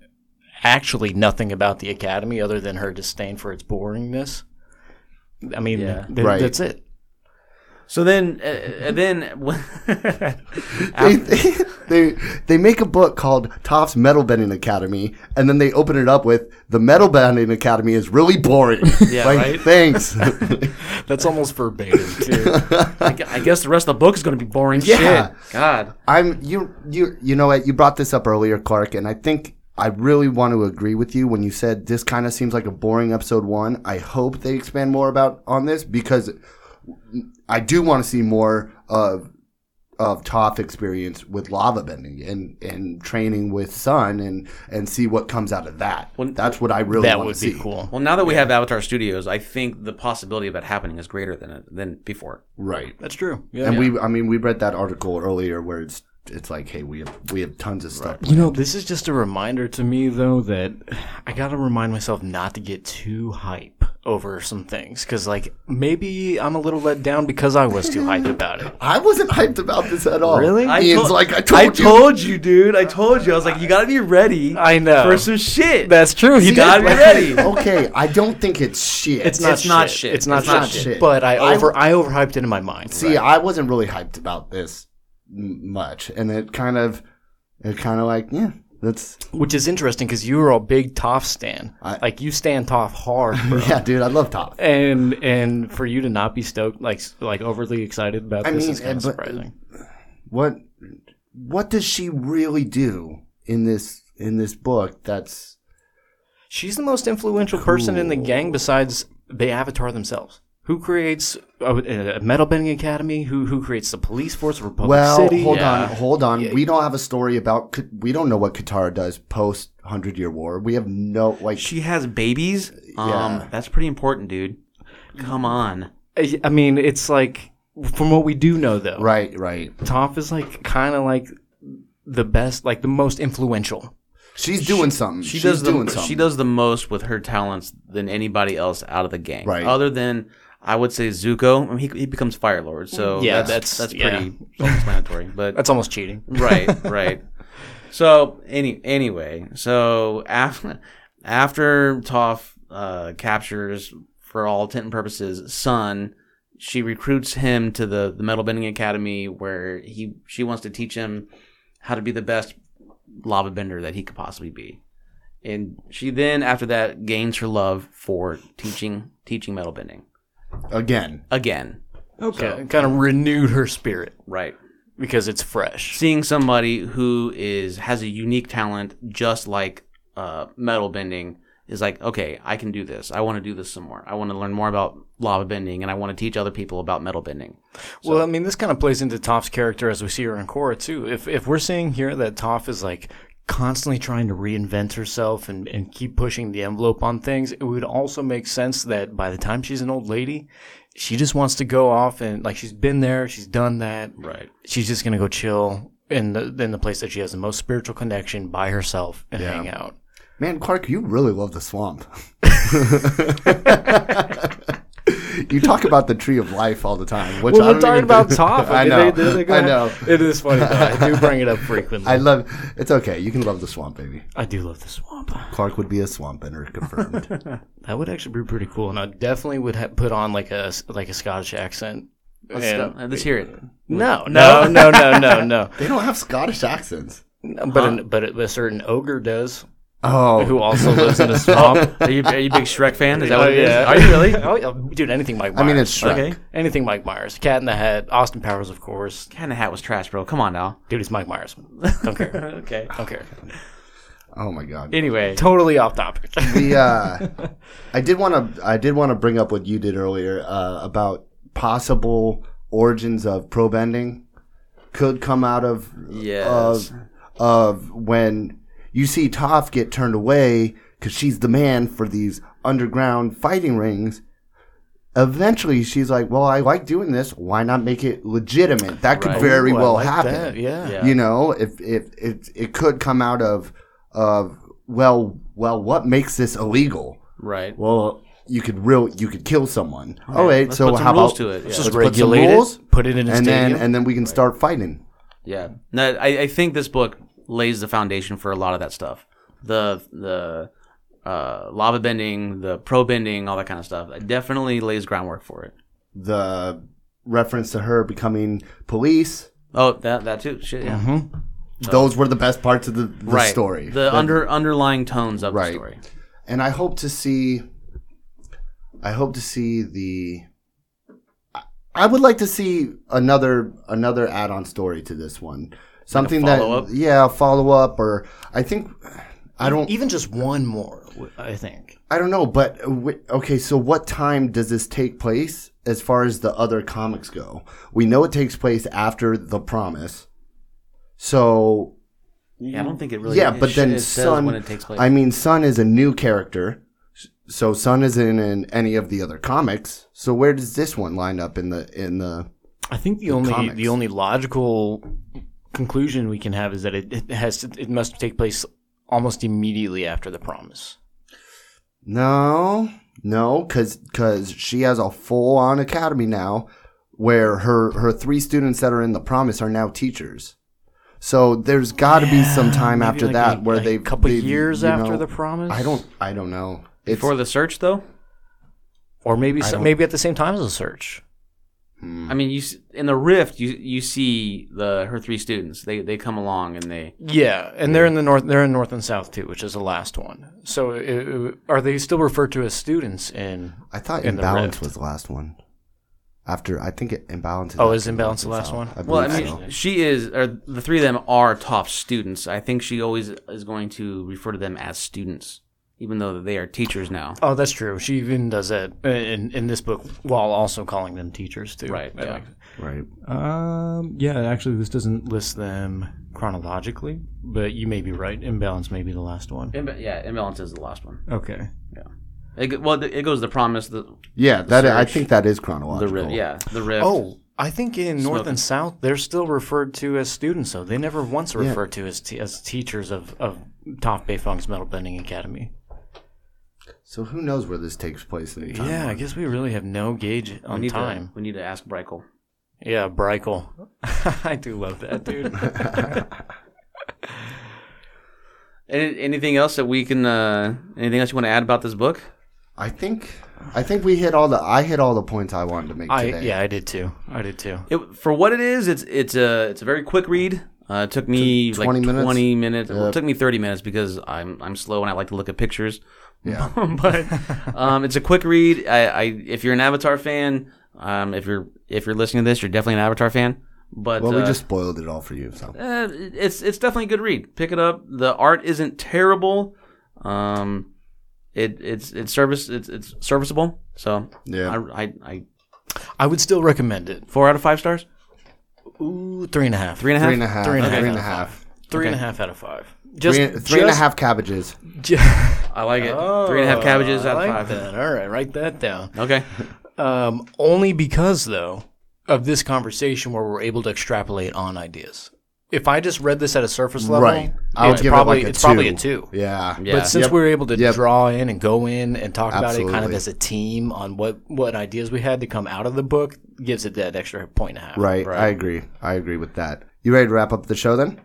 Speaker 3: actually nothing about the academy other than her disdain for its boringness. I mean, th-
Speaker 1: Right.
Speaker 3: that's it.
Speaker 4: so then, uh, uh, then when-
Speaker 1: they, they they make a book called Toph's Metal Bending Academy, and then they open it up with the Metal Bending Academy is really boring.
Speaker 4: Yeah,
Speaker 1: like,
Speaker 4: right?
Speaker 1: Thanks.
Speaker 3: That's almost verbatim, too.
Speaker 4: I, gu- I guess the rest of the book is going to be boring
Speaker 1: Yeah.
Speaker 4: shit. God,
Speaker 1: I'm you you you know what you brought this up earlier, Clark, and I think I really want to agree with you when you said this kind of seems like a boring episode one. I hope they expand more about on this because I do want to see more of of Toph experience with lava bending and, and training with Sun and, and see what comes out of that. That's what I really
Speaker 3: That
Speaker 1: want
Speaker 3: would
Speaker 1: to
Speaker 3: be
Speaker 1: see.
Speaker 3: cool.
Speaker 4: Well, now that we have Avatar Studios, I think the possibility of that happening is greater than than before.
Speaker 1: Right.
Speaker 3: That's true. Yeah.
Speaker 1: And we, I mean, we read that article earlier where it's it's like, hey, we have we have tons of stuff.
Speaker 3: You know, this is just a reminder to me, though, that I got to remind myself not to get too hype over some things. Because, like, maybe I'm a little let down because I was too hyped about it.
Speaker 1: I wasn't hyped about this at all.
Speaker 3: Really? I
Speaker 1: Ian's
Speaker 4: told-
Speaker 1: like, I told you.
Speaker 4: you, dude. I told you. I was like, you got to be ready.
Speaker 3: I know.
Speaker 4: shit.
Speaker 3: That's true. You
Speaker 4: gotta be ready.
Speaker 1: okay, I don't think it's shit.
Speaker 3: It's not,
Speaker 4: It's
Speaker 3: shit.
Speaker 4: not shit.
Speaker 3: It's not,
Speaker 4: It's
Speaker 3: shit.
Speaker 4: not
Speaker 1: shit.
Speaker 3: But I
Speaker 1: I-
Speaker 3: over I, overhyped it in my mind.
Speaker 1: See, I wasn't really hyped about this m- much, and it kind of, it kind of like, yeah, that's
Speaker 3: which is interesting because you were a big Toph stan.
Speaker 1: I-
Speaker 3: like you stand Toph hard, bro.
Speaker 1: yeah, dude, I love Top.
Speaker 3: And and for you to not be stoked, like like overly excited about
Speaker 1: I
Speaker 3: this,
Speaker 1: mean,
Speaker 3: is kind
Speaker 1: and-
Speaker 3: of
Speaker 1: but-
Speaker 3: surprising.
Speaker 1: What, what does she really do in this in this book? That's
Speaker 3: She's the most influential person in the gang besides the Avatar themselves. Who creates a, a metal bending academy? Who who creates the police force of Republic
Speaker 1: well,
Speaker 3: City?
Speaker 1: hold
Speaker 3: Yeah.
Speaker 1: on, hold on. We don't have a story about. K- We don't know what Katara does post Hundred Year War. We have no like.
Speaker 4: She has babies. Um,
Speaker 1: Yeah.
Speaker 4: that's pretty important, dude. Come on.
Speaker 3: I, I mean, it's like from what we do know though,
Speaker 1: right, right.
Speaker 3: Toph is like kind of like the best, like the most influential.
Speaker 1: She's doing something.
Speaker 4: She
Speaker 1: um, She's
Speaker 4: does the
Speaker 1: doing something.
Speaker 4: she does the most with her talents than anybody else out of the gang.
Speaker 1: Right.
Speaker 4: Other than I would say Zuko. I mean, he, he becomes Fire Lord. So
Speaker 3: Yeah,
Speaker 4: that's that's,
Speaker 3: that's- yeah.
Speaker 4: pretty self-explanatory. But
Speaker 3: That's almost cheating.
Speaker 4: right, right. So any anyway, so after after Toph uh, captures, for all intent and purposes, Sun, she recruits him to the the Metal Bending Academy, where he she wants to teach him how to be the best lava bender that he could possibly be. And she then, after that, gains her love for teaching teaching metal bending
Speaker 1: again.
Speaker 4: again.
Speaker 3: Okay, kind of renewed her spirit
Speaker 4: Right.
Speaker 3: because it's fresh.
Speaker 4: seeing somebody who is has a unique talent just like uh, metal bending is like okay i can do this i want to do this some more i want to learn more about lava bending and i want to teach other people about metal bending
Speaker 3: Well, I mean, this kind of plays into Toph's character as we see her in Korra too. If if we're seeing here that Toph is like constantly trying to reinvent herself and, and keep pushing the envelope on things, it would also make sense that by the time she's an old lady, she just wants to go off and like she's been there, she's done that.
Speaker 4: right
Speaker 3: She's just gonna go chill in the in the place that she has the most spiritual connection by herself and hang out.
Speaker 1: Man, Clark, you really love the swamp. you talk about the tree of life all the time. Which I
Speaker 3: Well,
Speaker 1: don't
Speaker 3: we're talking
Speaker 1: even
Speaker 3: about
Speaker 1: do.
Speaker 3: Toph.
Speaker 1: I know. I know.
Speaker 3: It is funny, though. I do bring it up frequently.
Speaker 1: I
Speaker 3: I,
Speaker 1: love. It's okay. You can love the swamp, baby.
Speaker 3: do love the swamp.
Speaker 1: Clark would be a swamp enter, confirmed.
Speaker 3: That would actually be pretty cool, and I definitely would ha- put on like a like a Scottish accent. And-
Speaker 4: let's hear it
Speaker 3: no, no, no, no, no, no.
Speaker 1: they don't have Scottish accents.
Speaker 3: But an, but a certain ogre does,
Speaker 1: Oh,
Speaker 3: who also lives in the swamp.
Speaker 4: are you, are you a big shrek fan is that
Speaker 3: Oh,
Speaker 4: what it is
Speaker 3: yeah.
Speaker 4: are you really
Speaker 3: Oh, yeah, dude, anything Mike.
Speaker 1: I
Speaker 3: Myers.
Speaker 1: mean it's Shrek.
Speaker 4: okay
Speaker 3: anything Mike Myers. Cat in the Hat, Austin Powers, of course.
Speaker 4: kind of hat was trash bro come on now
Speaker 3: Dude, it's Mike Myers. Don't care.
Speaker 4: okay
Speaker 3: Don't care.
Speaker 1: Oh my god.
Speaker 4: anyway
Speaker 3: Totally off topic.
Speaker 1: the uh, I did want to I did want to bring up what you did earlier uh, about possible origins of pro bending could come out of
Speaker 4: Yes.
Speaker 1: of of when you see Toph get turned away because she's the man for these underground fighting rings. Eventually, she's like, "Well, I like doing this. Why not make it legitimate? That could
Speaker 4: Right.
Speaker 1: very
Speaker 3: Ooh, I
Speaker 1: well
Speaker 3: like
Speaker 1: happen."
Speaker 3: that, yeah.
Speaker 4: Yeah.
Speaker 1: you know if if it it could come out of of well well what makes this illegal
Speaker 4: right
Speaker 1: well you could real you could kill someone all right
Speaker 4: let's
Speaker 1: so
Speaker 4: put some
Speaker 1: how
Speaker 4: rules
Speaker 1: about
Speaker 4: to it, yeah. Let's
Speaker 3: Just
Speaker 1: let's put some
Speaker 3: regulate
Speaker 1: rules,
Speaker 3: it. Put it in a
Speaker 1: and
Speaker 3: stadium.
Speaker 1: then and then we can start fighting
Speaker 4: Yeah. No, I, I think this book lays the foundation for a lot of that stuff. The the uh, lava bending, the pro bending, all that kind of stuff. It definitely lays groundwork for it.
Speaker 1: the reference to her becoming police
Speaker 4: Oh, that that too. Shit, yeah.
Speaker 1: those were the best parts of the, the
Speaker 4: Oh. Right.
Speaker 1: story
Speaker 4: The, under underlying tones of
Speaker 1: Right.
Speaker 4: the story.
Speaker 1: and I hope to see. I hope to see the. I- I would like to see another another add-on story to this one, something that
Speaker 4: follow-up?
Speaker 1: yeah, follow up or I think I don't.
Speaker 3: Even just one more, w- I think.
Speaker 1: I don't know. But w- okay, so what time does this take place as far as the other comics go? We know it takes place after the Promise, so
Speaker 4: Yeah, I don't think it really.
Speaker 1: yeah.
Speaker 4: it
Speaker 1: But
Speaker 4: sh-
Speaker 1: then
Speaker 4: it says
Speaker 1: Sun,
Speaker 4: when it takes place.
Speaker 1: I mean, Sun is a new character, s- so Sun isn't in any of the other comics. So where does this one line up in the in the?
Speaker 3: I think the, only
Speaker 1: comics.
Speaker 3: the only logical conclusion we can have is that it, it has to, it must take place almost immediately after the promise.
Speaker 1: No, no, because she has a full on academy now, where her her three students that are in the promise are now teachers. So there's got to be some time
Speaker 3: Maybe
Speaker 1: after
Speaker 3: like
Speaker 1: that
Speaker 3: a-
Speaker 1: where
Speaker 3: like
Speaker 1: they
Speaker 3: a couple
Speaker 1: they-
Speaker 3: years
Speaker 1: you
Speaker 3: after
Speaker 1: know,
Speaker 3: the promise.
Speaker 1: I don't I don't know. It's,
Speaker 4: before the search though.
Speaker 3: or maybe
Speaker 1: I
Speaker 3: so,
Speaker 1: don't-
Speaker 3: maybe at the same time as the search.
Speaker 4: I mean, you s- in the rift, you you see the her three students. They they come along and they.
Speaker 3: Yeah, and they're in the north. They're in north and south too, which is the last one. So, uh, are they still referred to as students in?
Speaker 1: I thought
Speaker 3: in the
Speaker 1: imbalance
Speaker 3: rift.
Speaker 1: was the last one. After I think it, imbalance.
Speaker 3: Oh,
Speaker 1: after
Speaker 3: is imbalance the last
Speaker 1: South.
Speaker 3: one?
Speaker 1: I
Speaker 4: Well, I
Speaker 1: believe
Speaker 4: mean,
Speaker 1: so.
Speaker 4: she is, or the three of them are top students. I think she always is going to refer to them as students, even though they are teachers now.
Speaker 3: Oh, that's true. She even does that in in this book while also calling them teachers too.
Speaker 4: Right,
Speaker 3: I
Speaker 4: yeah.
Speaker 3: like-
Speaker 1: right.
Speaker 2: Um, yeah, actually, this doesn't.
Speaker 3: list them chronologically, but you may be right. Imbalance may be the last one.
Speaker 4: Imba- yeah, imbalance is the last one.
Speaker 2: Okay.
Speaker 4: It, go- well, it goes the promise, the
Speaker 1: Yeah, that I
Speaker 4: search,
Speaker 1: think that is
Speaker 4: the
Speaker 1: chronological.
Speaker 4: rift. Yeah, the rift.
Speaker 3: Oh, I think in North and South they're still referred to as students. Though they never once are referred to as t- as teachers of of Toph Beifong's Metal Bending Academy.
Speaker 1: So who knows where this takes place in time?
Speaker 3: Yeah, I guess we really have no gauge
Speaker 4: we
Speaker 3: on
Speaker 4: need
Speaker 3: time.
Speaker 4: To, we need to ask Breichel.
Speaker 3: Yeah, Breichel. I do love that dude.
Speaker 4: Any, anything else that we can? Uh, anything else you want to add about this book?
Speaker 1: I think I think we hit all the I hit all the points I wanted to make
Speaker 3: I
Speaker 1: today.
Speaker 3: yeah, I did too. I did too.
Speaker 4: It, for what it is, it's it's a it's a very quick read. Uh, it took me
Speaker 1: 20
Speaker 4: like
Speaker 1: minutes?
Speaker 4: twenty minutes. Well, it took me thirty minutes because I'm I'm slow and I like to look at pictures.
Speaker 1: Yeah.
Speaker 4: but um, it's a quick read. I, I if you're an Avatar fan, um, if you're if you're listening to this, you're definitely an Avatar fan. But
Speaker 1: Well, we
Speaker 4: uh,
Speaker 1: just spoiled it all for you. So
Speaker 4: uh, it's it's definitely a good read. Pick it up. The art isn't terrible. Um, it it's it's service it's it's serviceable. So
Speaker 1: Yeah.
Speaker 4: I, I, I
Speaker 3: I would still recommend it.
Speaker 4: four out of five stars.
Speaker 3: Ooh, three and a half.
Speaker 4: Three and a half.
Speaker 1: three and a half. Three and a half. Three and a half.
Speaker 3: Three and a half out of five. Just
Speaker 1: Three and- three and a
Speaker 3: just-
Speaker 1: half cabbages.
Speaker 3: Ju-
Speaker 4: I like it. three and a half cabbages
Speaker 3: Oh, I
Speaker 4: out
Speaker 3: like
Speaker 4: of five.
Speaker 3: that. All right, write that down.
Speaker 4: Okay.
Speaker 3: Um, only because though of this conversation where we're able to extrapolate on ideas. If I just read this at a surface level,
Speaker 1: Right. I would
Speaker 3: it's
Speaker 1: give
Speaker 3: probably
Speaker 1: it like a
Speaker 3: it's
Speaker 1: two.
Speaker 3: probably a two.
Speaker 1: Yeah.
Speaker 4: Yeah.
Speaker 3: But since
Speaker 1: Yep.
Speaker 3: we were able to
Speaker 1: Yep.
Speaker 3: draw in and go in and talk about it kind of
Speaker 1: Absolutely.
Speaker 3: as a team on what, what ideas we had to come out of the book, gives it that extra point and a half.
Speaker 1: Right. I agree. I agree with that. You ready to wrap up the show then?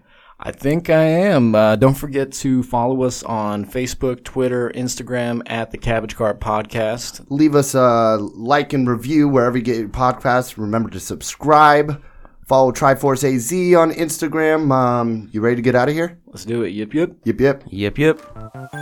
Speaker 3: I think I am. Uh, don't forget to follow us on Facebook, Twitter, Instagram at the Cabbage Cart Podcast.
Speaker 1: Leave us a like and review wherever you get your podcasts. Remember to subscribe. Follow Triforce AZ on Instagram. Um, you ready to get out of here?
Speaker 3: Let's do it. Yip, yip.
Speaker 1: Yep, yep.
Speaker 4: Yep. Yep.